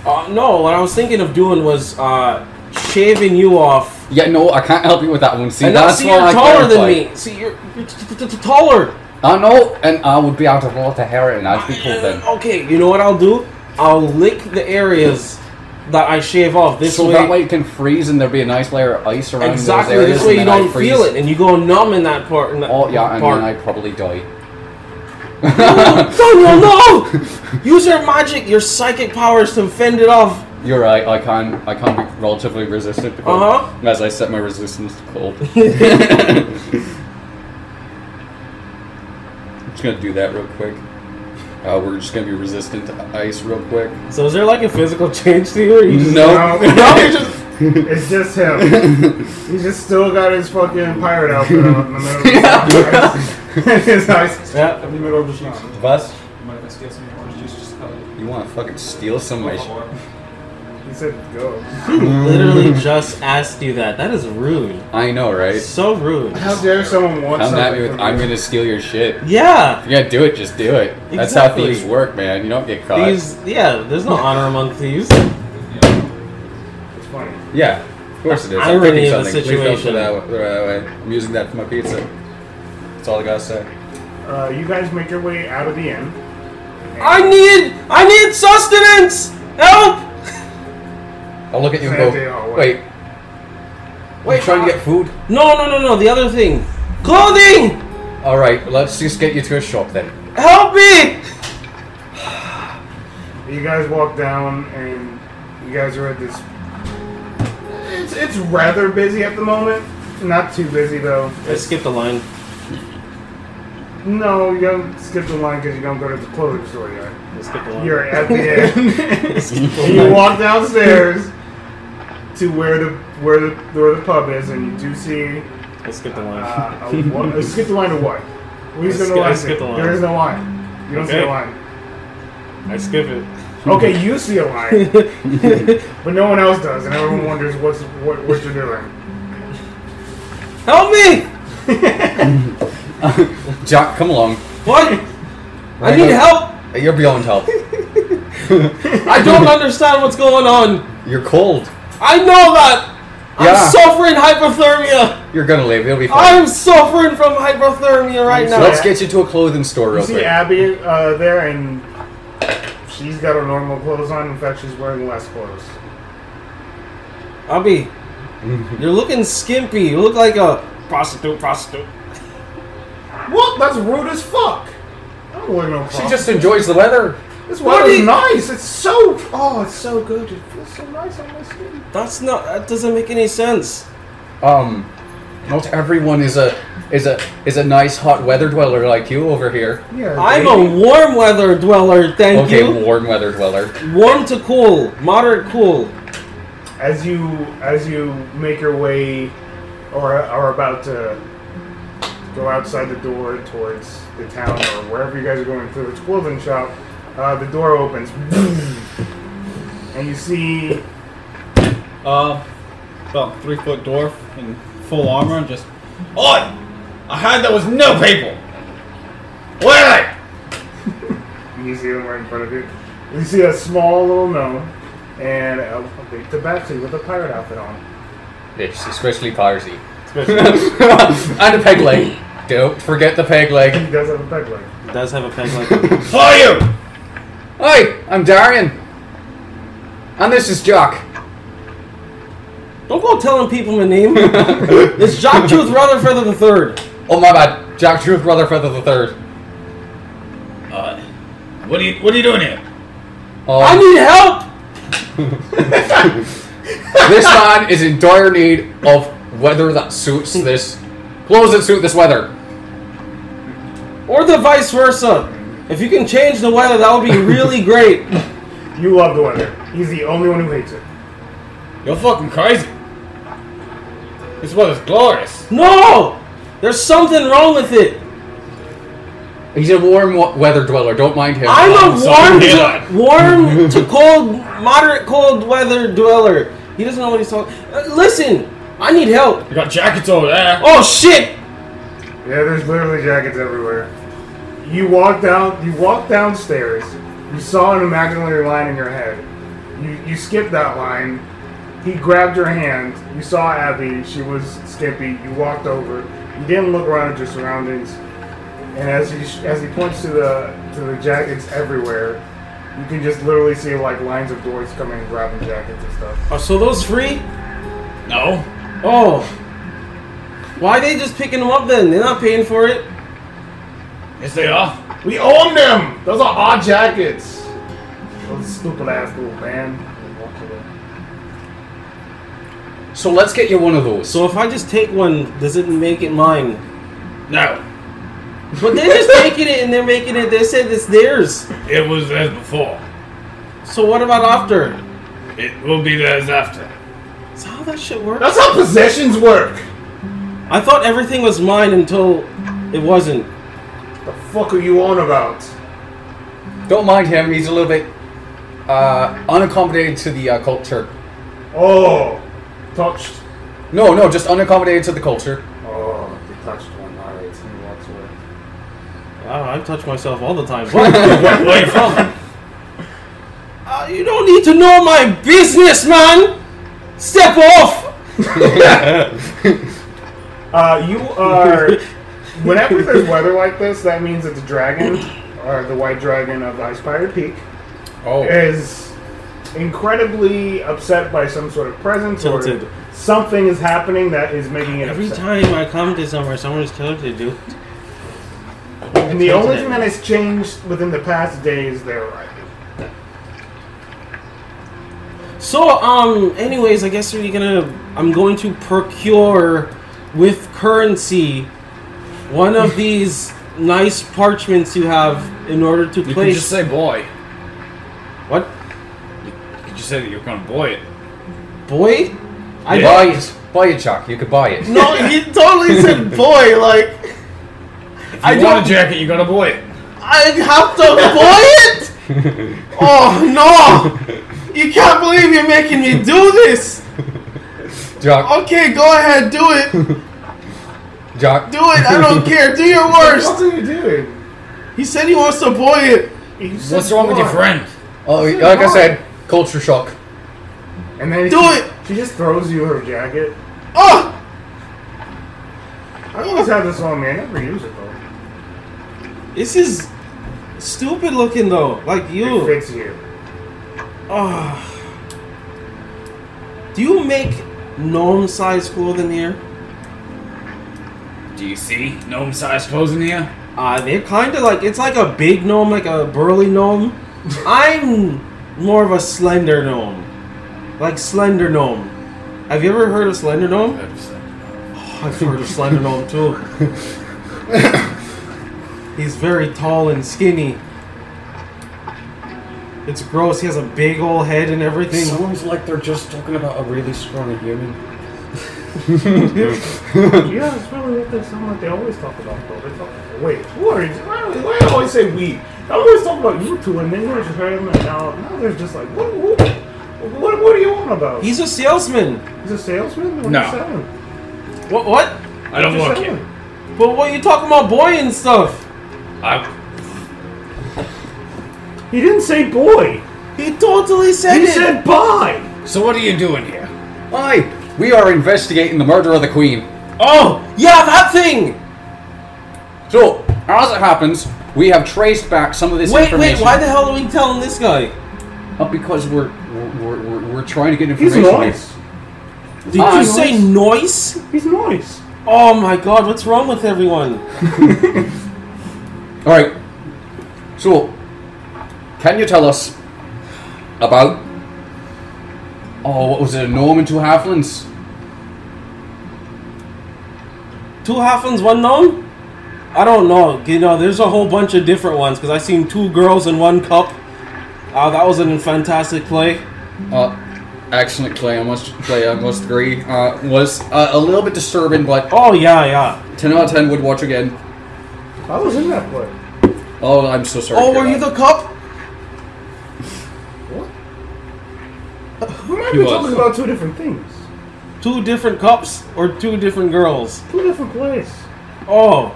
Uh, no, what I was thinking of doing was uh, shaving you off.
Yeah, no, I can't help you with that one. See,
and now,
that's
see,
what
you're
I
taller than
clarified.
me. See, you're, you're t- t- t- taller.
I know, and I would be out of water hair, and I'd be cold then.
Uh, Okay, you know what I'll do? I'll lick the areas that I shave off. This
so
way,
that way it can freeze, and there'd be a nice layer of ice around
exactly.
those areas.
This way you
and then I'd
don't
freeze.
feel it, and you go numb in that part. In that
Oh yeah, and
part.
then I'd probably die.
Daniel, no! Use your magic, your psychic powers to fend it off.
You're right. I can I can be relatively resistant to cold.
Uh-huh.
As I set my resistance to cold. I'm just gonna do that real quick. Uh, we're just gonna be resistant to ice real quick.
So is there like a physical change to you? Or you just
No.
No,
you're
It's just him. he just still got his fucking pirate outfit on in the middle of the night. His eyes
Yeah.
in the middle of the night.
Bus.
Mind if I steal some orange juice just
You want to fucking steal some of my? Sh-
He said, "Go."
literally
Mm.
just asked you that. That is rude.
I know, right?
So rude.
How dare someone want
Come at
something
me with
from
I'm
you.
gonna steal your shit.
Yeah.
Yeah, do it. Just do it. That's how
Exactly.
thieves work, man. You don't get caught.
Thieves. Yeah. There's no honor among thieves.
It's funny.
Yeah, of course it is. I'm
Irony
picking
of the
something. Please don't
situation.
throw that away. I'm using that for my pizza. That's all I gotta say.
Uh, you guys make your way out of the inn.
I need. I need sustenance. Help.
I'll look at you and
Sandy,
go,
oh, wait.
wait.
Wait,
Wait, trying to
I-
get food?
No, no, no, no. The other thing. Clothing.
Alright, let's just get you to a shop then.
Help me.
You guys walk down, and you guys are at this. It's it's rather busy at the moment. Not too busy though.
I skipped a line.
No, you don't skip the line because you don't go to the clothing store yet.
I skipped a line.
You're at the end.
Skipped a
And you
line.
walk downstairs to where the where the where the pub is, and you do see
I skipped a line.
uh, a, wa- uh, skip the line to what? We skip the
skip- I
line.
skipped the
to?
line.
There is no line. You don't see
Okay.
a line.
I skip it.
Okay, you see a line, but no one else does, and everyone wonders what's what, what you're doing.
Help me.
Jack, come along.
What? I need help.
You're beyond help.
I don't understand what's going on.
You're cold.
I know that.
Yeah.
I'm suffering hypothermia.
You're gonna live. It'll be fine.
I'm suffering from hypothermia right
So
now.
Let's get you to a clothing store
You
real
see
quick.
Abby uh, there, and she's got her normal clothes on. In fact, she's wearing less clothes.
Abby, you're looking skimpy. You look like a prostitute, prostitute.
What? That's rude as fuck. I don't wear no.
She
prom.
just enjoys the weather.
This
What
water's
do you-
nice. It's so oh, it's so good. It feels so nice on my skin.
That's not. That doesn't make any sense.
Um, not everyone is a is a is a nice hot weather dweller like you over here.
Yeah,
I'm
baby.
a warm weather dweller, thank
okay,
you.
warm weather dweller.
Warm to cool, moderate cool.
as you as you make your way or are about to go outside the door towards the town or wherever you guys are going to the clothing shop, uh, the door opens and you see
Uh, about three foot dwarf in full armor and just. Oi! I heard there was no people! Where are they?
you see them right in front of you. You see a small little gnome and a, a big tabaxi with a pirate outfit on.
It's especially Parzy. and a peg leg. Don't forget the peg leg.
He does have a peg leg.
It does have a peg like
Who are you?
Hi, I'm Darian. And this is Jock.
Don't go telling people my name. it's Jock Truth Rutherford the Third.
Oh my bad, Jock Truth Rutherford the Third.
Uh, what are you, what are you doing here?
Oh.
I need help!
this man is in dire need of weather that suits this clothes that suit this weather.
Or the vice versa. If you can change the weather, that would be really great.
You love the weather. He's the only one who hates it.
You're fucking crazy. This weather's glorious.
No! There's something wrong with it.
He's a warm wa- weather dweller. Don't mind him. Um,
I'm a
so
warm,
daylight.
to, warm to cold, moderate cold weather dweller. He doesn't know what he's talking. Uh, listen, I need help.
You got jackets over there.
Oh shit!
Yeah, there's literally jackets everywhere. You walk down, you walk downstairs. You saw an imaginary line in your head. You you skipped that line. He grabbed your hand. You saw Abby. She was skimpy. You walked over. You didn't look around at your surroundings. And as he sh- as he points to the to the jackets everywhere, you can just literally see like lines of doors coming and grabbing jackets and stuff.
Are so those free?
No.
Oh. Why they just picking them up then? They're not paying for it.
Yes, they are.
We own them. Those are our jackets. Those stupid ass little man. Walk away.
so let's get you one of those.
So if I just take one, does it make it mine?
No.
But they're just taking it and they're making it. They said it's theirs.
It was as before.
So what about after?
It will be theirs after.
Is that how that shit works?
That's how possessions work.
I thought everything was mine until it wasn't.
The fuck are you on about?
Don't mind him. He's a little bit uh, unaccommodated to the uh, culture.
Oh, touched.
No, no, just unaccommodated to the culture.
Oh, you touched one. All right, he walks away.
Wow, Oh, I touch myself all the time. What? Where you from? Uh, you don't need to know my business, man. Step off.
Uh, you are. whenever there's weather like this, that means that the dragon, or the white dragon of Ice Pirate Peak,
Oh,
is incredibly upset by some sort of presence
Tilted.
or something is happening that is making it
Every
upset.
time I come to somewhere, someone's tilted, dude.
and the only
tilted.
thing that has changed within the past day is their arrival.
So, um, anyways, I guess we're gonna. I'm going to procure with currency one of these nice parchments you have in order to
You can
place.
just say boy.
what,
You can just say that you're gonna boy it.
boy? I
buy it, buy it, Jock. You could buy it.
no, he totally said boy. Like
If you
I
want
don't-
a jacket, you're gonna boy it.
I have to boy it. Oh no! You can't believe you're making me do this.
Jock,
Okay, go ahead, do it, do
Jock.
it. I don't care. Do your
What
worst.
are you doing?
He said he wants to boy it.
He's
What's
just
wrong with your
gone.
friend?
Oh, like I said, culture shock.
And then
Do
she,
it!
She just throws you her jacket.
Oh.
I always have this on me. I never use it though.
This is stupid looking though. Like
It
you.
fits you.
Ah. Do you make gnome sized clothing here?
Do you see gnome-sized clothes in here?
Uh, they're kind of like it's like a big gnome, like a burly gnome. I'm more of a slender gnome, like slender gnome. Have you ever heard of slender gnome? I sort of slandered on too. He's very tall and skinny. It's gross. He has a big old head and everything.
Sounds like they're just talking about a really strong human.
yeah, it's really what they sound like. They always talk about though. They talk. Wait, who are you? Why, why do I always say we? I always talk about you two, and then there's him, and now now there's just like what? What? What, what are you on about?
He's a salesman.
He's a salesman. What
No.
are you selling?
What? What?
I don't
What
want
you
you.
selling?
But what you talking about, boy and stuff?
I,
He didn't say boy.
He totally said
He
it.
said bye.
so what are you doing here?
Hi! We are investigating the murder of the Queen.
oh, yeah, that thing.
So, as it happens, we have traced back some of this
Wait,
information.
wait. Why the hell are we telling this guy?
Uh, because we're we're, we're we're trying to get
He's
information.
noise.
Did
Ah,
Uh,
you say noise?
He's noise.
Oh my god, what's wrong with everyone?
All right. So, can you tell us about oh, what was it? A gnome and two halflings?
Two halflings, one gnome? I don't know. You know, there's a whole bunch of different ones because I seen two girls in one cup. Oh, that was a fantastic play.
Uh, excellent play. I must play. I must agree. Uh, was uh, a little bit disturbing, but
Oh yeah, yeah.
ten out of ten would watch again.
I was in that play.
Oh, I'm so sorry.
Oh,
to hear
were you
that.
the cup?
We might
He
be
was.
talking about two different things,
Two different cups or two different girls?
two different plays.
Oh,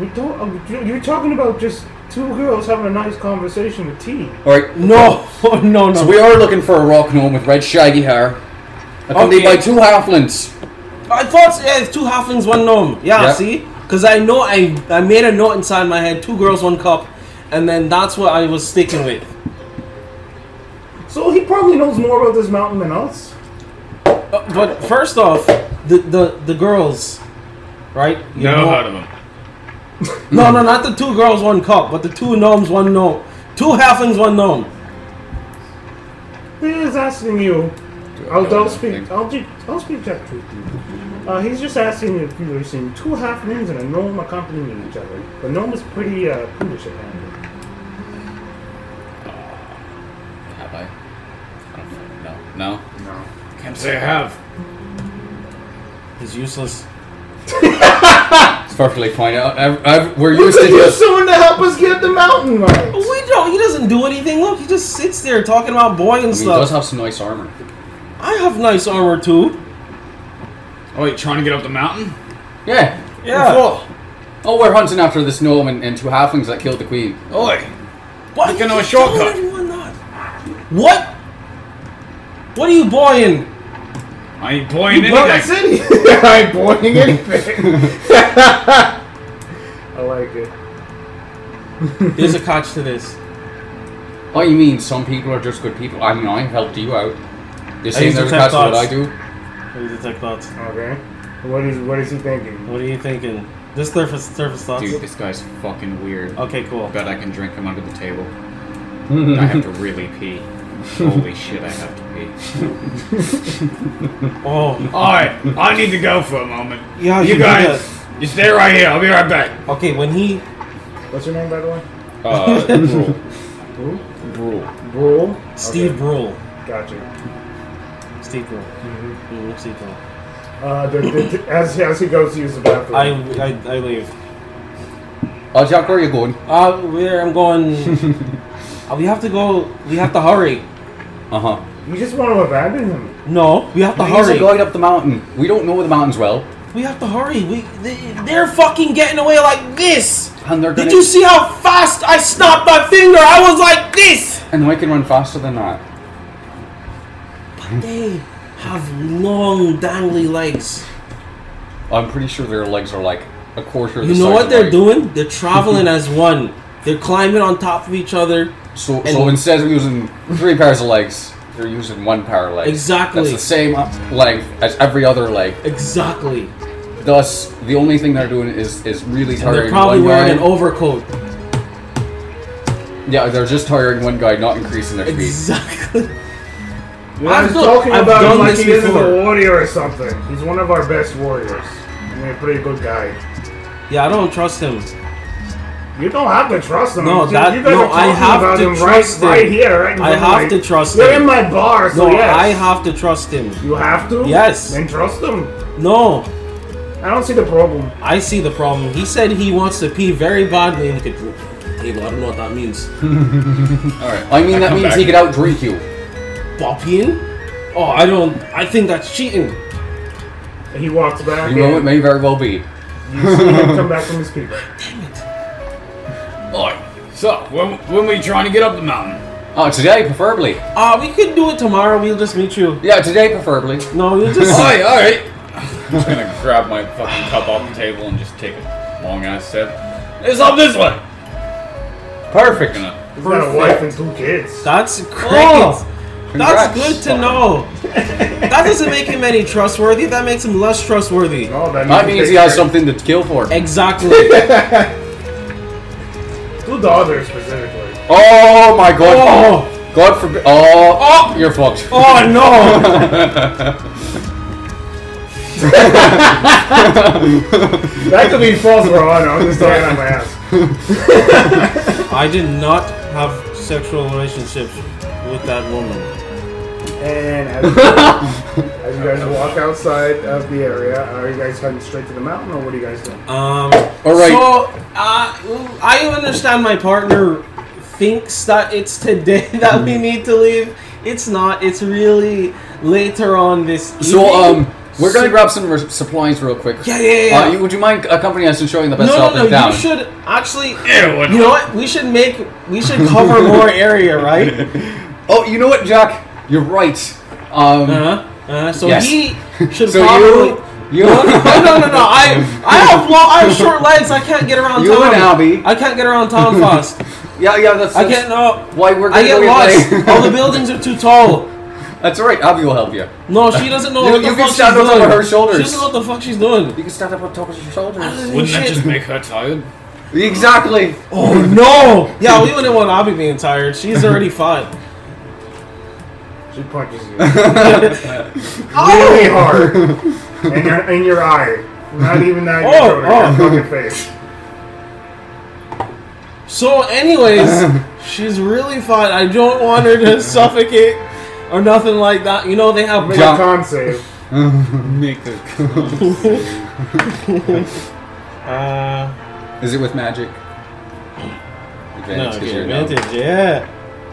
We don't. uh, you- You're talking about just two girls having a nice conversation with tea.
All right.
no, oh, no, no.
So we are looking for a rock gnome with red shaggy hair, accompanied
Okay.
by two halflings.
I thought yeah, it's two halflings, one gnome. Yeah,
Yeah.
see? Because I know I, I made a note inside my head two girls, one cup, and then that's what I was sticking with.
So he probably knows more about this mountain than us.
Uh, but first off, the, the, the girls, right? You
No,
know-
out of him.
No, no, not the two girls, one cup, but the two gnomes, one gnome. Two halflings, one gnome.
He is asking you. I'll, I'll speak. I'll, ju- I'll speak Jack truth. to you. Uh, he's just asking if you were seeing two halflings and a gnome accompanying each other. The gnome is pretty uh, prudish apparently.
Have I? I don't fucking know. No.
No.
Can't say I have.
He's useless.
It's perfectly fine. I, I, I, we're
You
used to
could use
just.
someone to help us get up the mountain, right?
We don't. He doesn't do anything. Look, he just sits there talking about boy
I
and
mean, he does
stuff.
have some nice armor.
I have nice armor too.
Oh, you trying to get up the mountain?
Yeah.
Yeah.
Oh, we're hunting after this gnome and, and two halflings that killed the queen.
Oi!
Why
Looking
you
on a
keep
shortcut.
telling everyone that? What? What are you boying?
I ain't boying
Well, that's
anything.
it. I ain't boying anything. I like it.
There's a catch to this.
Oh, you mean some people are just good people? I mean, I helped you out. You're saying
used to
there's a catch
tempt
to what
thoughts.
I do?
Let me detect thoughts.
Okay. What is what is he thinking?
What are you thinking? This surface surface thoughts.
Dude, this guy's fucking weird.
Okay, cool.
bet I can drink him under the table. I have to really pee. Holy shit, I have to pee.
Oh,
Alright, I need to go for a moment.
yeah.
You
did
guys, you stay right here. I'll be right back.
that. Okay, when he
What's your name, by the way?
Uh, Brule.
Who?
Brule.
Brule.
Steve
Okay,
Brule,
Gotcha.
Steve Brule, Mhm, Steve Brule.
Uh, the, the, as as he goes to use the bathroom.
I, I I leave.
Oh, Jack, where are you going?
Uh, where I'm going? Uh, we have to go. We have to hurry.
Uh
Uh-huh.
huh.
You just want to abandon him.
No, we have to
He's a
hurry.
guide up the mountain. We don't know the mountains well,
We have to hurry. We they, they're fucking getting away like this.
and they're gonna.
Did you see how fast I snapped my finger? I was like this.
And I can run faster than that.
They have long dangly legs.
I'm pretty sure their legs are like a quarter. Of the
You know
size
what
of
they're
mine.
doing? They're traveling as one. They're climbing on top of each other.
So,
And-
so instead of using three pairs of legs, they're using one pair of legs.
Exactly.
That's the same length as every other leg.
Exactly.
Thus, the only thing they're doing is is really
And they're
tiring
probably
one
wearing
guy.
an overcoat.
yeah, they're just tiring one guy, not increasing their speed.
Exactly.
You're not
I've
just
done-
talking
I've
about
done
him like
this
he isn't
before.
a warrior or something. He's one of our best warriors. I mean, a pretty good guy.
Yeah, I don't trust him.
You don't have to trust him.
No,
you,
that-
you guys
no,
are
I
talking
have
about
to
him
trust
right,
him.
right here, right? in
I
front of
have
my-
to trust
You're
him.
in my bar, so
No,
yes.
I have to trust him.
You have to.
Yes.
Then trust him.
No,
I don't see the problem.
I see the problem. He said he wants to pee very badly and could drink. Hey, well, I don't know what that means.
Alright. I mean,
I
that
come
means
back.
he could outdrink you.
Bopping? Oh, I don't. I think that's cheating.
And he walks back.
You know, it
and
may very well be.
You see him come back from his people.
Alright, so, when, when we trying to get up the mountain?
Oh, today, preferably.
Ah, we could do it tomorrow. We'll just meet you.
Yeah, today, preferably.
No, we'll just.
Alright, alright. I'm just gonna grab my fucking cup off the table and just take a long ass sip. It's up this way!
Oh,
Perfect.
Gonna-
He's got a wife and two kids.
That's great.
Oh,
that's
congrats.
good to know. that doesn't make him any trustworthy. That makes him less trustworthy.
No, that means,
That means he
takes
has
care-
something to kill for.
Oh. Exactly.
two daughters specifically.
Oh my god.
oh,
God forbid. Oh, oh, you're fucked.
oh no!
That could be false, bro. I know. I'm just talking out my ass.
I did not have sexual relationships with that woman.
And as, as you guys walk outside of the area, are you guys heading straight to the mountain, or what are you guys doing?
Um.
All right.
So uh, I understand my partner thinks that it's today that we need to leave. It's not. It's really later on this.
So,
evening.
um, we're gonna grab some res- supplies real quick.
Yeah, yeah, yeah.
Uh, you, would you mind accompanying us and showing the best
no,
up
no,
and
no.
down?
You should actually.
Ew,
You know what? We should make. We should cover more area, right?
Oh, you know what, Jack? You're right. Um,
Uh huh. Uh, so
Yes.
he should
so
probably.
you, you,
No, no, no, no, no! I, I have long, I have short legs. I can't get around
You
town.
and Albie.
I can't get around town fast.
yeah, yeah. That's, that's
I can't. No,
why we're
I
gonna
get
go
lost.
get-
All the buildings are too tall.
That's all right. Abby will help you.
No, she doesn't know
You-
what the
you can
fuck she's
stand on
doing.
top of her shoulders.
She doesn't know what the fuck she's doing.
You can stand up on top of your shoulders.
Wouldn't that
Shit.
just make her tired?
Exactly.
Oh no! Yeah, we wouldn't want Abby being tired. She's already fine.
She punches you
Oh!
really hard in your in your eye. Not even that.
Oh,
Oh, oh.
oh.
your fucking face.
So, anyways, she's really fine. I don't want her to suffocate or nothing like that. You know they have.
Make
Jump.
a con save.
Make the
Uh,
Is it with magic?
no,
Advantage. 'cause
okay,
you're known.
advantage. Yeah,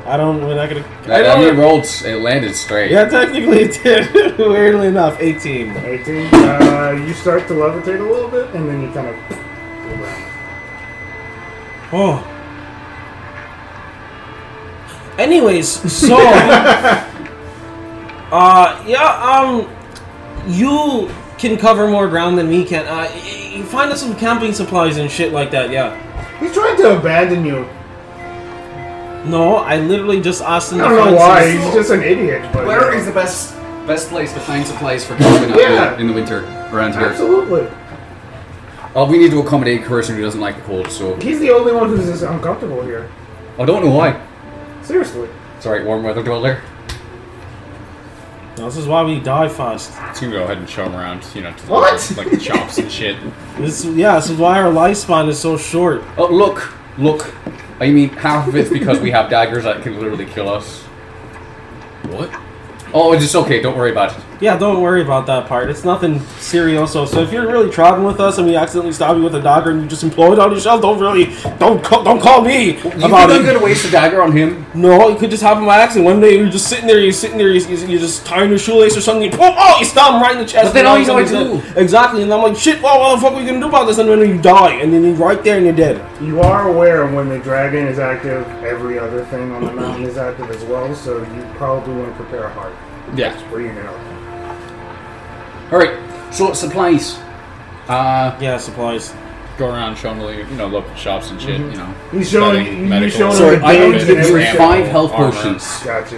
I don't. We're not gonna. I
I, I mean,
don't.
it rolled. s- It landed straight.
Yeah, technically it did. Weirdly enough, eighteen.
18. Uh, you start to levitate a little bit, and then you kind of go down.
Oh. Anyways, so uh yeah, um you can cover more ground than me can. Uh y- you find us some camping supplies and shit like that, yeah.
He's trying to abandon you.
No, I literally just asked him
I don't know why. He's
some-
just an idiot. But
Where is the best best place to find supplies for camping out
Yeah.
in the winter around here?
Absolutely.
Oh, we need to accommodate a person who doesn't like the cold, so
He's the only one who's just uncomfortable here.
I don't know why.
Seriously.
It's alright, warm weather dweller.
No, this is why we die fast.
Just gonna go ahead and show him around, you know, to the-
What?
like the chops and shit.
This yeah, this is why our lifespan is so short.
Oh, look, look. I mean, half of it's because we have daggers that can literally kill us. What? Oh, it's just okay. Don't worry about it.
Yeah, don't worry about that part. It's nothing serioso. So if you're really traveling with us and we accidentally stab you with a dagger and you just implode on yourself, don't really don't call, don't call me
You
about
think I'm
it.
gonna waste a dagger on him?
No, it could just happen by accident. One day you're just sitting there, you're sitting there, you're, you're just tying your shoelace or something. You, oh, oh, you stab him right in the chest.
But then
and
all
all
you know
of a sudden
I
he's dead. Exactly, and I'm like, shit. Well, what the fuck are we gonna do about this? And then you die, and then you're right there and you're dead.
You are aware when the dragon is active, every other thing on the mountain is active as well, so you probably want to prepare hard.
Yeah.
Where you know.
All right. So supplies. Uh,
Yeah, supplies.
Go around showing the, you know, local shops and shit, you know.
He's showing-
Bedding,
you- you
medical-
showing
Mm-hmm. sorry,
the
I
dudes
only
Bedding,
and
give you
everything.
five health
armor.
potions.
Gotcha.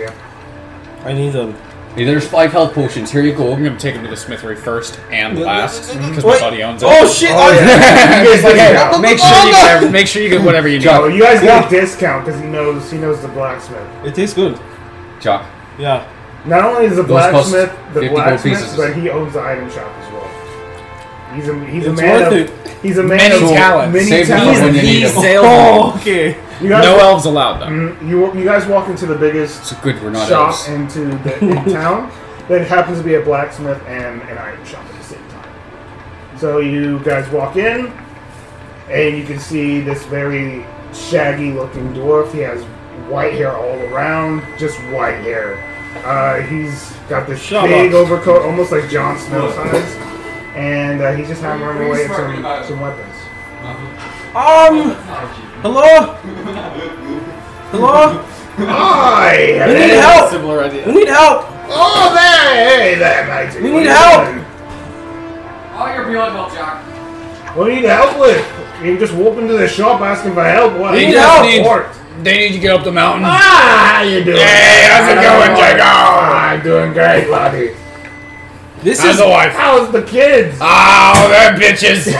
I need them.
Yeah, there's five health potions. Here you
I'm
go.
gonna take him to the smithery first and last because my
Wait.
buddy owns it.
Oh shit!
Oh, yeah. you guys did
Okay,
count.
make
Make sure
sure
you get every- make sure you get whatever you need.
Oh,
Jack,
you guys get
Yeah.
a discount because he knows he knows the blacksmith.
It tastes good.
Jack,
Yeah.
Not only is the
Those cost
blacksmith
50
the
gold
blacksmith,
pieces.
but he owns the item shop as well. He's a he's a
It's
man
worth
of
it.
he's a man
Many
of
talents.
Many
Save them for
talents.
when you need
He
them.
sailed.
Oh, okay.
You guys,
No elves allowed though.
Mm, you you guys walk into the biggest
It's good we're not
shop
elves.
into the in town that happens to be a blacksmith and an iron shop at the same time. So you guys walk in, and you can see this very shaggy-looking dwarf. He has white hair all around, just white hair. Uh, he's got this
Shut
big
up.
overcoat, almost like Jon Snow size, and uh, he's just hammering away at some, some weapons.
Um. Hello. Hello.
Hi,
We need
hello.
help.
Similar idea.
We need help.
Oh, there! Hey there, matey.
We
What
need
are you
help.
doing?
Oh, you're beyond help, Jack.
What do you need help with? You just walk into the shop asking for help. What?
He
You
just
got
needs-
forked.
They need to get up the mountain.
Ah, how you doing?
Hey, how's it going, Jacob?
I'm doing great, buddy.
This
How's
is.
the wife?
How's the kids?
Oh, they're bitches.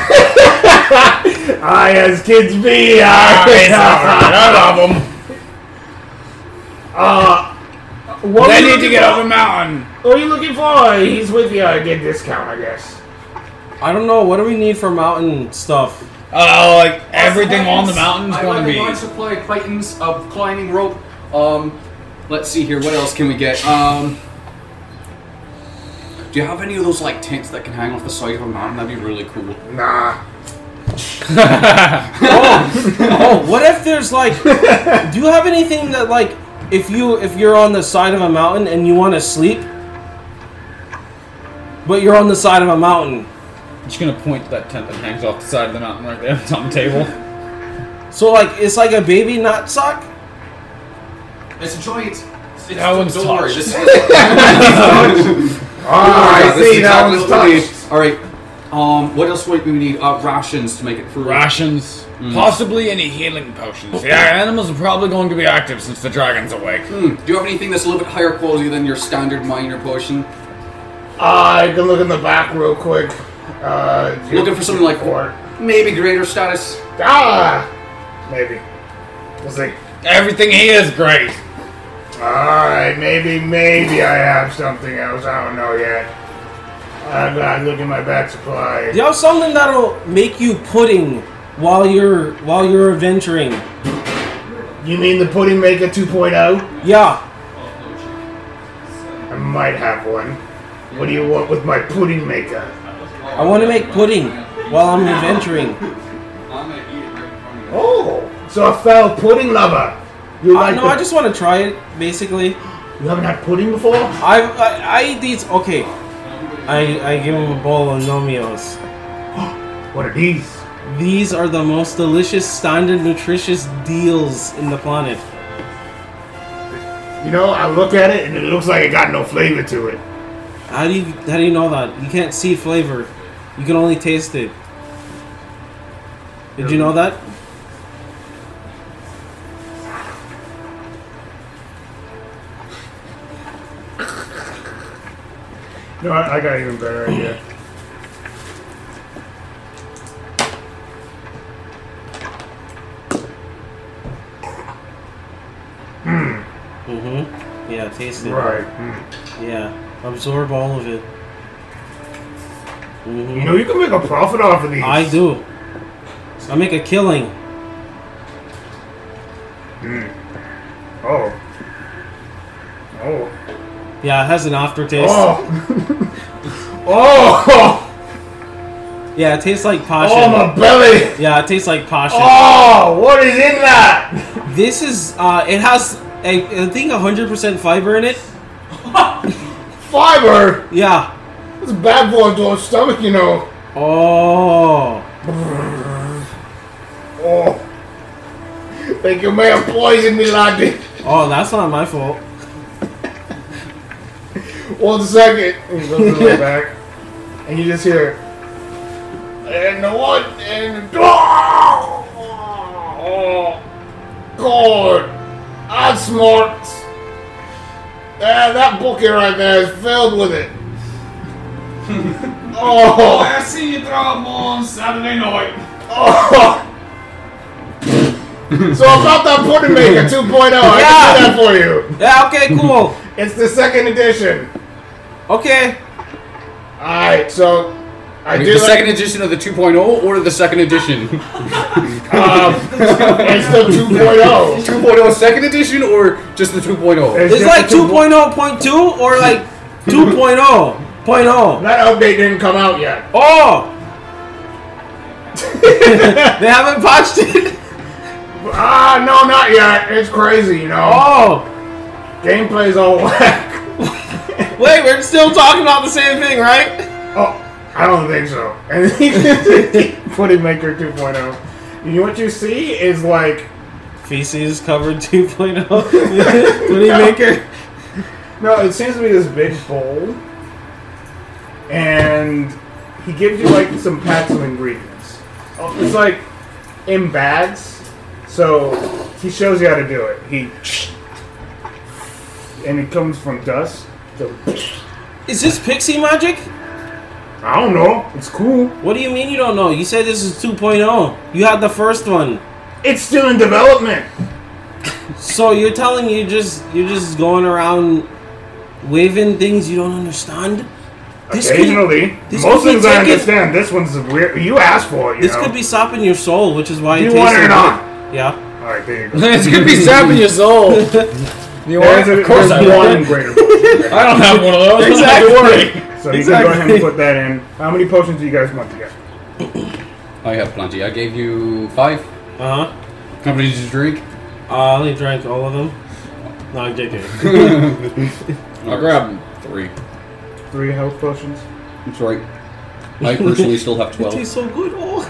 I as kids be.
Ah, it's all right.
I
I love them.
uh, what
They
are you
need to
looking
get up
for?
the mountain.
What are you looking for? He's with you. I get discount, I guess.
I don't know. What do we need for mountain stuff?
Oh, like everything on the mountain's
I
going to
like
be.
a supply of pythons, of climbing rope. Um, let's see here. What else can we get? Um, do you have any of those like tents that can hang off the side of a mountain? That'd be really cool.
Nah.
Oh, what if there's like? do you have anything that like, if you if you're on the side of a mountain and you want to sleep, but you're on the side of a mountain,
just gonna point to that tent that hangs off the side of the mountain right there. It's on the table.
so like it's like a baby nut sock.
It's a giant. It's,
That one's
don't worry,
touched.
this is-
Oh, I
this is
see. That
exactly
one's
what we need.
touched.
All right. Um, what else would we need? Uh, rations to make it through.
Rations, possibly any healing potions. Yeah, animals are probably going to be active since the dragon's awake.
Hmm, Do you have anything that's a little bit higher quality than your standard minor potion?
I Ah, can look in the back real quick. Uh, do you-
Looking for something like
Or-
maybe greater status.
Ah, maybe. We'll see.
Everything he is great.
Alright, maybe, maybe I have something else. I don't know yet. I'm not looking at my back supply.
Do you have something that'll make you pudding while you're while you're adventuring?
You mean the Pudding Maker oh? 2.0?
Yeah.
I might have one. What do you want with my Pudding Maker?
I want to make pudding while I'm adventuring.
Oh, so a fellow pudding lover. You
I
like
Uh, no,
the-
I just want to try it. Basically,
You haven't had pudding before?
I I, I eat these. Okay, I I give him a bowl of nomios.
What are these?
These are the most delicious, standard, nutritious deals in the planet.
You know, I look at it and it looks like it got no flavor to it.
How do you how do you know that? You can't see flavor. You can only taste it. Did you know that?
No, I, I got an even better idea.
Mm-hmm. Yeah, taste it.
right. hmm.
Yeah. Absorb all of it.
You
hmm
know, you can make a profit off of these.
I do. I make a killing.
Oh. Oh.
Yeah, it has an aftertaste.
Oh. oh.
Yeah, it tastes like passion.
Oh, my belly.
yeah, it tastes like passion.
Oh, what is in that?
This is uh it has I, I think 100% fiber in it.
Fiber.
Yeah.
It's bad for a dog's stomach, you know.
Oh.
Oh. Thank you, man. Poison me, laddie.
Oh, that's not my fault.
One second. And he goes to the back. And you just hear. And the one. And the. Oh. God. That's smart. Yeah, that bucket right there is filled with it. oh.
I see you throw them on Saturday night.
Oh. so about that pudding maker 2.0, oh. I can do that for you.
Yeah, okay, cool.
It's the second edition.
Okay.
Alright, so I
Wait,
do
the
like-
second edition of the 2.0 or the second edition?
Um, it's the 2.0.
2.0 second edition or just the oh? 2.0?
It's like
oh. just a
2.0.2 or like 2.0. Point oh.
That update didn't come out yet.
Oh! they haven't patched it?
Ah, no, not yet. It's crazy, you know.
Oh!
Gameplay's all whack.
Wait, we're still talking about the same thing, right?
Oh, I don't think so. And he put in Maker 2.0. And what you see is like,
Feces covered 2.0. Money maker.
no, it seems to be this big bowl, and he gives you like some packs of ingredients. Oh, It's like in bags, so he shows you how to do it. He and it comes from dust. So,
Is this pixie magic?
I don't know. It's cool.
What do you mean you don't know? You said this is 2.0. You had the first one.
It's still in development.
So you're telling me you just you're just going around waving things you don't understand? This could,
Occasionally,
this
most
could be
things I
taken-
understand. This one's weird. You asked for it. You
this
know?
could be sopping your soul, which is why
You
it tastes
want
so
it or
good.
not?
Yeah.
All right, there you go.
It's gonna be sapping your soul.
You want of course I one greater.
I don't have one of those.
Exactly.
Don't worry.
So you can go ahead and put that in. How many potions do you guys want to get?
I have plenty. I gave you five.
Uh huh.
How many did you drink?
I only drank all of them. No, I'm joking.
I'll grab
three.
Three health potions.
I'm sorry. I personally still have 12.
tastes so good. Oh.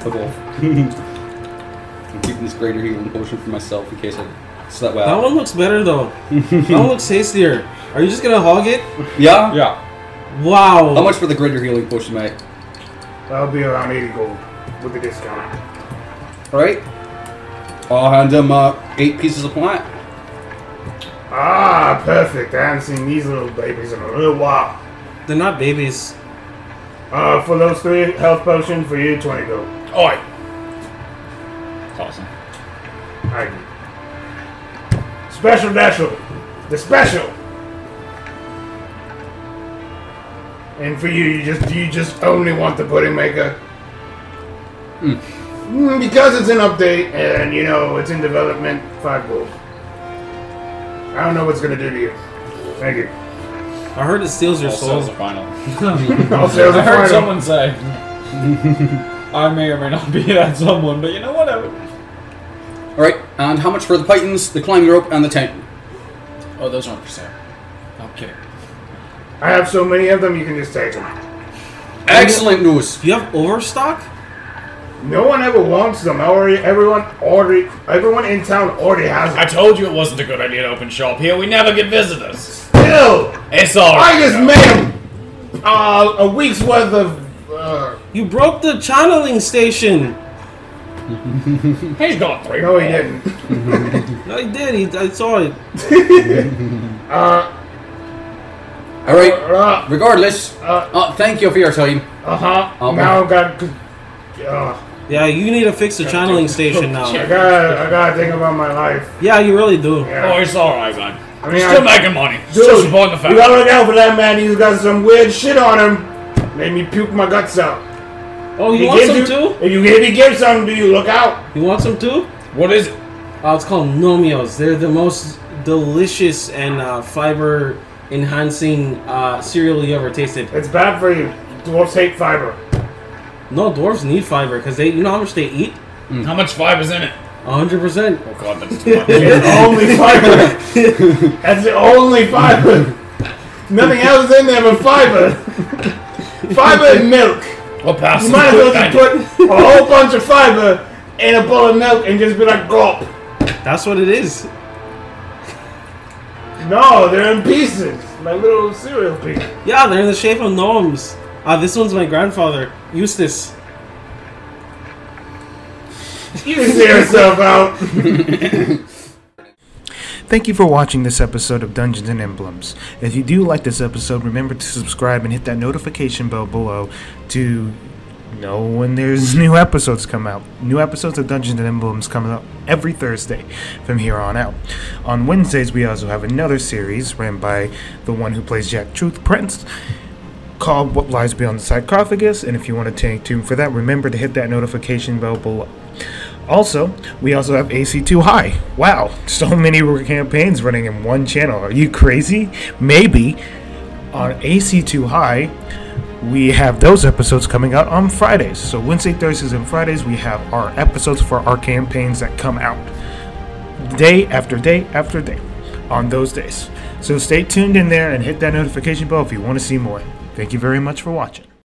Fuck off. I'm keeping this greater healing potion for myself in case I slept
that
well.
one looks better though. that one looks tastier. Are you just gonna hog it?
Yeah?
Yeah.
Wow.
How much for the greater healing potion, mate?
That'll be around 80 gold with the discount.
Alright? I'll hand him uh, eight pieces of plant.
Ah, perfect. I haven't seen these little babies in a little while.
They're not babies.
Uh, for those three health potions, for you, 20 gold.
Oi. Awesome.
I Special National. The special. And for you, you just you just only want the pudding maker.
Hmm.
Mm, because it's an update and you know it's in development, five gold. I don't know what's gonna do to you. Thank you.
I heard it steals your
All sales
soul.
are final.
I'll say it was
I
a
heard
final.
someone say. I may or may not be that someone, but you know whatever.
Alright, and how much for the pythons, the climbing rope, and the tent?
Oh, those aren't for sale. I'm kidding.
I have so many of them, you can just take them.
Excellent news.
Do you have overstock?
No one ever wants them. I Already, everyone already, everyone in town already has
I
them.
told you it wasn't a good idea to open shop here. We never get visitors.
Still,
It's all right.
I just made a, uh, a week's worth of. Uh,
You broke the channeling station.
though. He's got three.
no, he didn't.
No, I did. He, I saw it.
Uh,
Alright,
uh
regardless,
Uh.
uh, thank you for your time.
huh.
Um,
now I got. Uh,
Yeah, you need to fix the channeling station
I
now.
gotta, I gotta think about my life.
Yeah, you really do.
Yeah.
Oh, it's all right, man.
I mean,
Oh, Still
I-
making money.
Dude,
Still supporting the
you
family.
gotta look out for that man. He's got some weird shit on him. Made me puke my guts out.
Oh, you
He
want
gives
some
you,
too?
If you if he gives something to you, look out.
You want some too?
What is it?
Oh, it's called Nomios. They're the most delicious and uh, fiber enhancing uh, cereal you ever tasted.
It's bad for you. Dwarfs hate fiber.
No, dwarves need fiber because they, you know how much they eat?
Hmm.
How much fiber's in it?
100%.
Oh god, that's too much.
It's only fiber. That's the only fiber. Nothing else in there but fiber. Fiber and milk.
We'll pass
You
it.
might as well
Thank
just
you.
put a whole bunch of fiber in a bowl of milk and just be like, gulp.
That's what it is.
No, they're in pieces. Like little cereal pieces.
Yeah, they're in the shape of gnomes. Uh, this one's my grandfather, Eustace.
You can see yourself out.
Thank you for watching this episode of Dungeons and Emblems. If you do like this episode, remember to subscribe and hit that notification bell below to know when there's new episodes come out. New episodes of Dungeons and Emblems come out every Thursday from here on out. On Wednesdays, we also have another series ran by the one who plays Jack Truth Prince called What Lies Beyond the Sarcophagus. And if you want to take tune for that, remember to hit that notification bell below. Also, we also have AC2 High. Wow, so many campaigns running in one channel. Are you crazy? Maybe. On AC2 High, we have those episodes coming out on Fridays. So Wednesday, Thursdays, and Fridays we have our episodes for our campaigns that come out day after day after day on those days. So stay tuned in there and hit that notification bell if you want to see more. Thank you very much for watching.